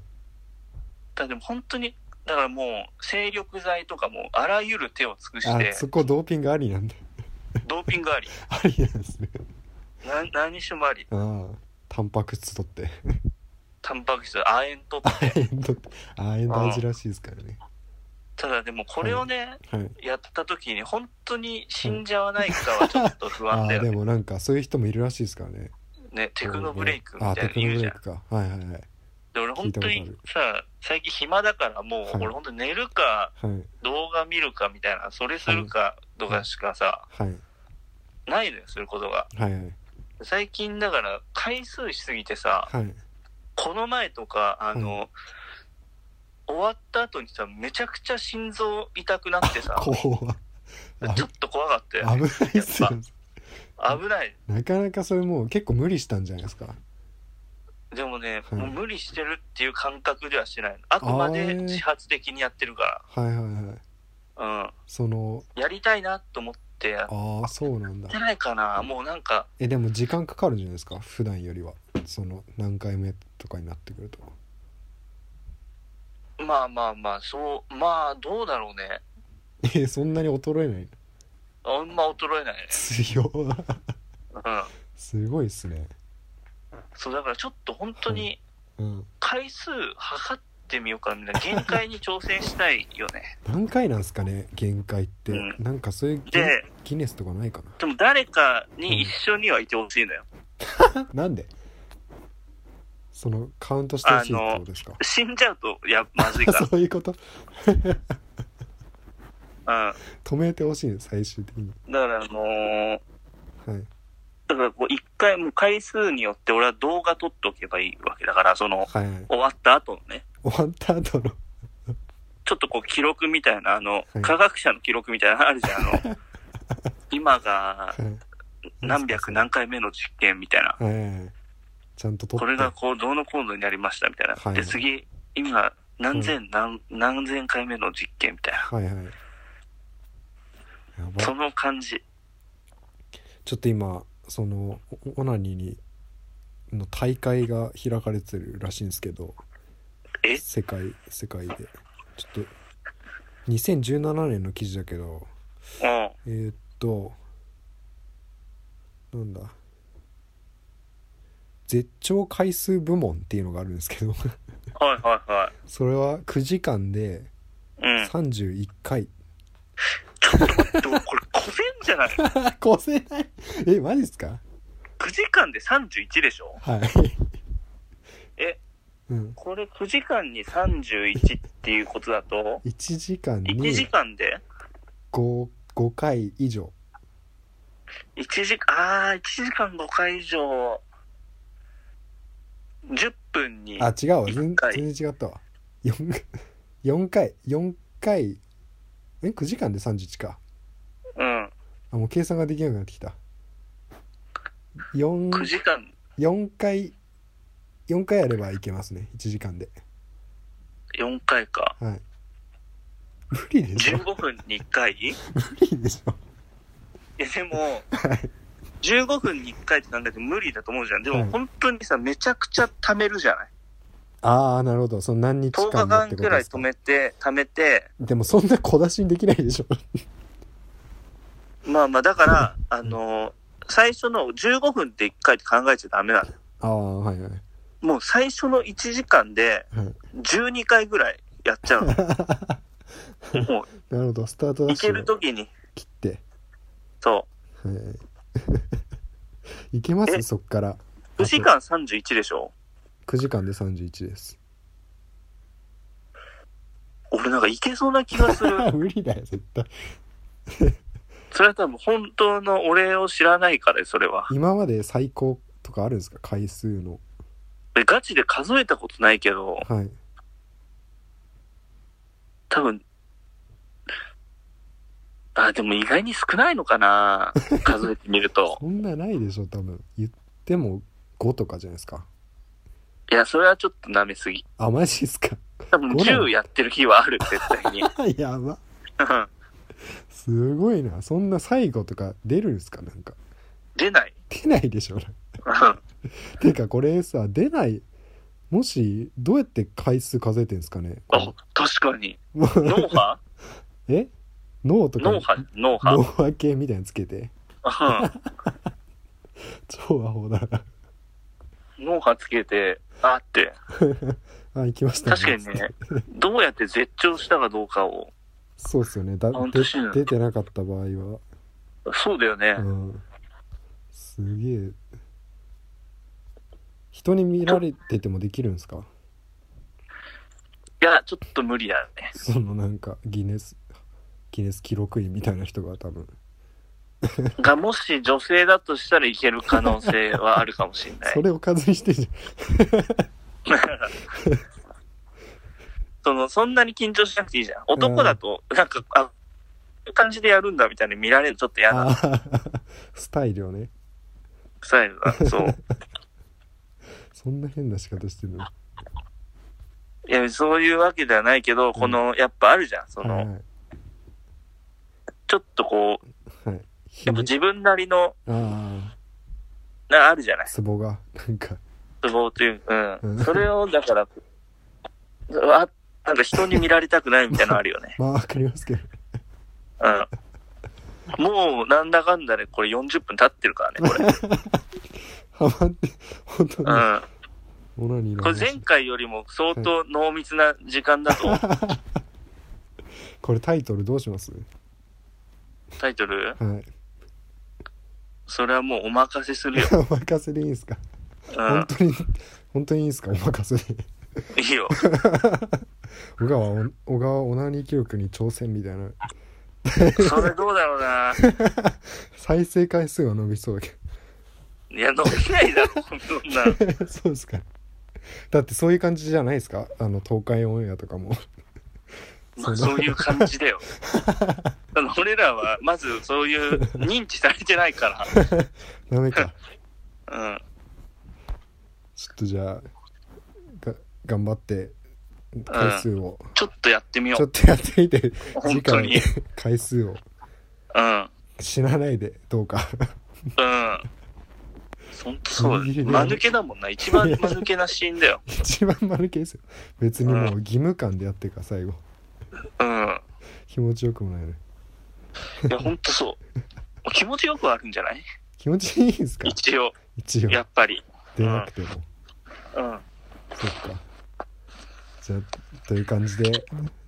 Speaker 3: だでも本当にだからもう精力剤とかもあらゆる手を尽くし
Speaker 2: あ
Speaker 3: て
Speaker 2: そこドーピングありなんだ
Speaker 3: ドーピングあり
Speaker 2: ありなんですね
Speaker 3: な何してもあり
Speaker 2: ああタンパク質取って
Speaker 3: タンパク質亜鉛とっ
Speaker 2: 亜鉛取って亜鉛大事らしいですからね
Speaker 3: ただでもこれをね、
Speaker 2: はい
Speaker 3: やった時に本当に死んじゃわないかはちょっと不
Speaker 2: あ
Speaker 3: 安だ
Speaker 2: あ
Speaker 3: よ
Speaker 2: で
Speaker 3: ね。
Speaker 2: もなんかそういう人もいるらしいですからね
Speaker 3: ね、テクノブレイクみ
Speaker 2: あ
Speaker 3: たい
Speaker 2: あ
Speaker 3: な
Speaker 2: テ
Speaker 3: の
Speaker 2: クノブ
Speaker 3: 言う
Speaker 2: レ
Speaker 3: じ
Speaker 2: イ
Speaker 3: ゃん
Speaker 2: ク。かはいはいはい
Speaker 3: で俺本当
Speaker 2: 聞いた
Speaker 3: に
Speaker 2: こ
Speaker 3: さ、最近暇だからもう、
Speaker 2: はい
Speaker 3: 俺本当に寝るか
Speaker 2: はい
Speaker 3: 動画見るかみたいな、それするかとかしかさ、
Speaker 2: はい
Speaker 3: ないのよ、することが。
Speaker 2: はいはい
Speaker 3: 最近だから回数しすぎてさ、
Speaker 2: はい
Speaker 3: この前とか、あの、終わった後にさ、めちゃくちゃ心臓痛くなってさ、ち
Speaker 2: 怖っ
Speaker 3: ょっと怖かったよ
Speaker 2: あ
Speaker 3: ね。
Speaker 2: ぶ危ないっすよ
Speaker 3: 危ない。
Speaker 2: なかなかそれもう結構無理したんじゃないですか
Speaker 3: でもね、
Speaker 2: うん
Speaker 3: もう無理してるっていう感覚ではしてないの。あくま
Speaker 2: あ
Speaker 3: で
Speaker 2: ー
Speaker 3: 自発的にやってるか
Speaker 2: はいはいはい
Speaker 3: ら。
Speaker 2: その
Speaker 3: うん。やりたいなと思ってやっ
Speaker 2: ああそうなんだ
Speaker 3: てないかな。もうなんか、
Speaker 2: えでも時間かかるんじゃないですか普段よりはその何回目とかになってくると
Speaker 3: まあまあまあ、そう、まあどうだろうね。
Speaker 2: えそんなに衰えない
Speaker 3: あんま衰えないね。
Speaker 2: 強っ
Speaker 3: うん。
Speaker 2: すごいっすね
Speaker 3: そう、だからちょっと本当に
Speaker 2: うん
Speaker 3: 回数測ってみようかな。限界に挑戦したいよね。
Speaker 2: 何回なんすかね限界って、
Speaker 3: うん
Speaker 2: なんかそういうギネ
Speaker 3: で
Speaker 2: ギネスとかないか
Speaker 3: でも誰かに一緒にはいてほしいのよ。
Speaker 2: ななんでそのカウントしてほしいってことですか
Speaker 3: 死んじゃうと、いや、まずいか
Speaker 2: そういうこと
Speaker 3: ら。
Speaker 2: 止めてほしいね最終的に
Speaker 3: うん。だから、あのー
Speaker 2: はい
Speaker 3: だからこう一回、もう回数によって俺は動画撮っておけばいいわけだから、その、
Speaker 2: はいはい
Speaker 3: 終わった後のね、
Speaker 2: 終わった後の
Speaker 3: ちょっとこう記録みたいな、あの、
Speaker 2: はい
Speaker 3: 科学者の記録みたいなのあるじゃん、あ の、今が
Speaker 2: はい
Speaker 3: 何百何回目の実験みたいな、
Speaker 2: はいはいはいちゃんと撮っ
Speaker 3: こ
Speaker 2: て
Speaker 3: れがこう、どうのこうのになりましたみたいな。
Speaker 2: はい
Speaker 3: で、次、今、何千何、何千回目の実験みたいな。
Speaker 2: はいはいやば
Speaker 3: その感じ。
Speaker 2: ちょっと今そのオオナニーにの大会が開かれてるらしいんですけど
Speaker 3: え
Speaker 2: 世界世界でちょっと2017年の記事だけど
Speaker 3: うん。
Speaker 2: えー、っとなんだ絶頂回数部門っていうのがあるんですけど
Speaker 3: はいはいは
Speaker 2: それは9時間で
Speaker 3: い。うん。
Speaker 2: 31回、
Speaker 3: ちょっと待って、これ、こせんじゃない の
Speaker 2: 越せない えマジっすか
Speaker 3: ?9 時間で31でしょ
Speaker 2: はい
Speaker 3: え、
Speaker 2: うん、
Speaker 3: これ9時間に31っていうことだと、
Speaker 2: 1時間に
Speaker 3: 1時間で
Speaker 2: 5, 5回以上
Speaker 3: ?1 時間、あー、1時間5回以上、10分に、
Speaker 2: あ違うわ
Speaker 3: 一
Speaker 2: 全
Speaker 3: 回
Speaker 2: 全然違ったわ 4, 4回4回え9時間で31か
Speaker 3: うん、
Speaker 2: あもう計算ができなくなってきた
Speaker 3: 9
Speaker 2: 4,
Speaker 3: 時間、
Speaker 2: 4回4回やればいけますね1時間で
Speaker 3: 4回か。
Speaker 2: はい無理でしょ
Speaker 3: 15分に1回い
Speaker 2: 無理でしょ
Speaker 3: や、で も、15分に1回ってなんだけど無理だと思うじゃん。で
Speaker 2: は
Speaker 3: も
Speaker 2: い
Speaker 3: 本当にさ、めちゃくちゃ貯めるじゃない
Speaker 2: ああなるほどその何日
Speaker 3: ?10
Speaker 2: 間
Speaker 3: 日
Speaker 2: もっ
Speaker 3: 間
Speaker 2: てこ
Speaker 3: く
Speaker 2: と
Speaker 3: ら
Speaker 2: で
Speaker 3: い
Speaker 2: す
Speaker 3: 止
Speaker 2: か
Speaker 3: めて、貯めて、
Speaker 2: でもそんな小出しにできないでしょ
Speaker 3: まあまあ、だから、あの最初の15分で1回って考えちゃダメなの。
Speaker 2: ああはいはい
Speaker 3: もう最初の1時間で
Speaker 2: はい
Speaker 3: 12回ぐらいやっち ゃうの。も
Speaker 2: なるほどスタート
Speaker 3: う、
Speaker 2: ダッ
Speaker 3: い
Speaker 2: シ
Speaker 3: ける
Speaker 2: ュを
Speaker 3: 時に、
Speaker 2: 切って
Speaker 3: そ
Speaker 2: はい いけま
Speaker 3: え
Speaker 2: すそっから
Speaker 3: う、9時間31でしょ
Speaker 2: 9時間で31です
Speaker 3: 俺なんかいけそうな気がす る。
Speaker 2: 無理だよ絶対
Speaker 3: それは多分本当の俺を知らないからよそれは。
Speaker 2: 今まで最高とかあるんですか回数の
Speaker 3: 俺ガチで数えたことないけど、
Speaker 2: はい
Speaker 3: 多分、あ、でも意外に少ないのか な数えてみると。
Speaker 2: そんなないでしょ多分言っても5とかじゃないですか
Speaker 3: いや、それはちょっと舐めすぎ。
Speaker 2: あマジっすか
Speaker 3: 多分
Speaker 2: 五なの
Speaker 3: 10やってる日はある、絶対に。
Speaker 2: やば
Speaker 3: うん
Speaker 2: すごいなそんな最後とか出るんですかなんか
Speaker 3: 出ない。
Speaker 2: 出ないでしょなんか
Speaker 3: うん
Speaker 2: てかこれさ出ないもしどうやって回数数えてんですかね
Speaker 3: あ、確かに。
Speaker 2: もう
Speaker 3: 脳波
Speaker 2: え脳とか
Speaker 3: 脳波脳波
Speaker 2: 脳波計みたいなのつけて超アホだな
Speaker 3: うん脳波つけて、あって。
Speaker 2: あ行きました
Speaker 3: 確かにね、どうやって絶頂したかどうかを
Speaker 2: そうっすよねだ
Speaker 3: 本
Speaker 2: で
Speaker 3: 当死ぬ
Speaker 2: 出てなかった場合は、
Speaker 3: そうだよね。
Speaker 2: うん、すげえ人に見られててもできるんですか
Speaker 3: いや、ちょっと無理だよね。
Speaker 2: そのなんかギネスギネス記録員みたいな人が多分
Speaker 3: が、もし女性だとしたらいける可能性はあるかもしれない
Speaker 2: そ。れおかずにしてんじ
Speaker 3: その、そんなに緊張しなくていいじゃん。男だと、なんか、あ、こういう感じでやるんだみたいに見られるのちょっと
Speaker 2: ゃ
Speaker 3: 嫌
Speaker 2: ん
Speaker 3: な
Speaker 2: あースタイルをね
Speaker 3: スタイルだ。 そう。
Speaker 2: そんな変な仕方してるの
Speaker 3: いや、そういうわけではないけど、この、やっぱあるじゃん。そ
Speaker 2: はいはい
Speaker 3: の、ちょっとこう、
Speaker 2: はい
Speaker 3: やっぱ自分なりの、
Speaker 2: あ
Speaker 3: なあるじゃない
Speaker 2: あ。ツボがなんか
Speaker 3: 都合という、う
Speaker 2: うん
Speaker 3: ん。それを、だから、あ、なんか人に見られたくないみたいなのあるよね。
Speaker 2: まあわかりますけど
Speaker 3: うん。もう、なんだかんだで、これ40分経ってるからね、こ れ。
Speaker 2: ハマって本当
Speaker 3: う
Speaker 2: に
Speaker 3: ん。
Speaker 2: オナニーの
Speaker 3: これ
Speaker 2: 話
Speaker 3: 前回よりも相当濃密な時間だと、
Speaker 2: これタイトルどうします
Speaker 3: タイト ル
Speaker 2: はい
Speaker 3: それはもうお任せするよ。
Speaker 2: お任せでいいですか
Speaker 3: う
Speaker 2: 本
Speaker 3: ん。
Speaker 2: 当に本当にいいですかお任せで
Speaker 3: いいよ。
Speaker 2: 小川お小川オナニー記録に挑戦みたいな
Speaker 3: それどうだろうな。
Speaker 2: 再生回数は伸びそうだけ
Speaker 3: いや、飲めないだろ、そんなの。
Speaker 2: ど そうですかだってそういう感じじゃないですかあの東海オンエアとかも
Speaker 3: まあ、そういう感じだよ。あの俺らは、まずそういう認知されてないか
Speaker 2: ダメか
Speaker 3: ら。うん。
Speaker 2: ちょっとじゃあが頑張って回数を、
Speaker 3: ちょっとやってみよ
Speaker 2: ちょ
Speaker 3: う
Speaker 2: っ。とやってみて次
Speaker 3: 本当
Speaker 2: 回
Speaker 3: に。
Speaker 2: 回数を
Speaker 3: うん。うん。
Speaker 2: 死なないでどうか
Speaker 3: そんとそうだ
Speaker 2: ギリギ
Speaker 3: ね。
Speaker 2: リ
Speaker 3: 間抜けだもんな。一番間抜けなシーンだよ。
Speaker 2: 一番丸けですよ別にもう義務感でやってるから最後
Speaker 3: うん。
Speaker 2: 気持ちよくもないね
Speaker 3: いや、ほんとそう。気持ちよくはあるんじゃない
Speaker 2: 気持ちいいんですか
Speaker 3: 一応、
Speaker 2: 一応
Speaker 3: やっぱり。
Speaker 2: 出なくても、
Speaker 3: うん。
Speaker 2: そっかじゃあという感じで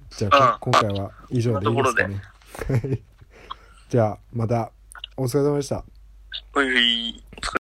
Speaker 2: じゃあ、こ今回は以上でいいですかねはいじゃあまたお疲れ様でした
Speaker 3: ほいほい。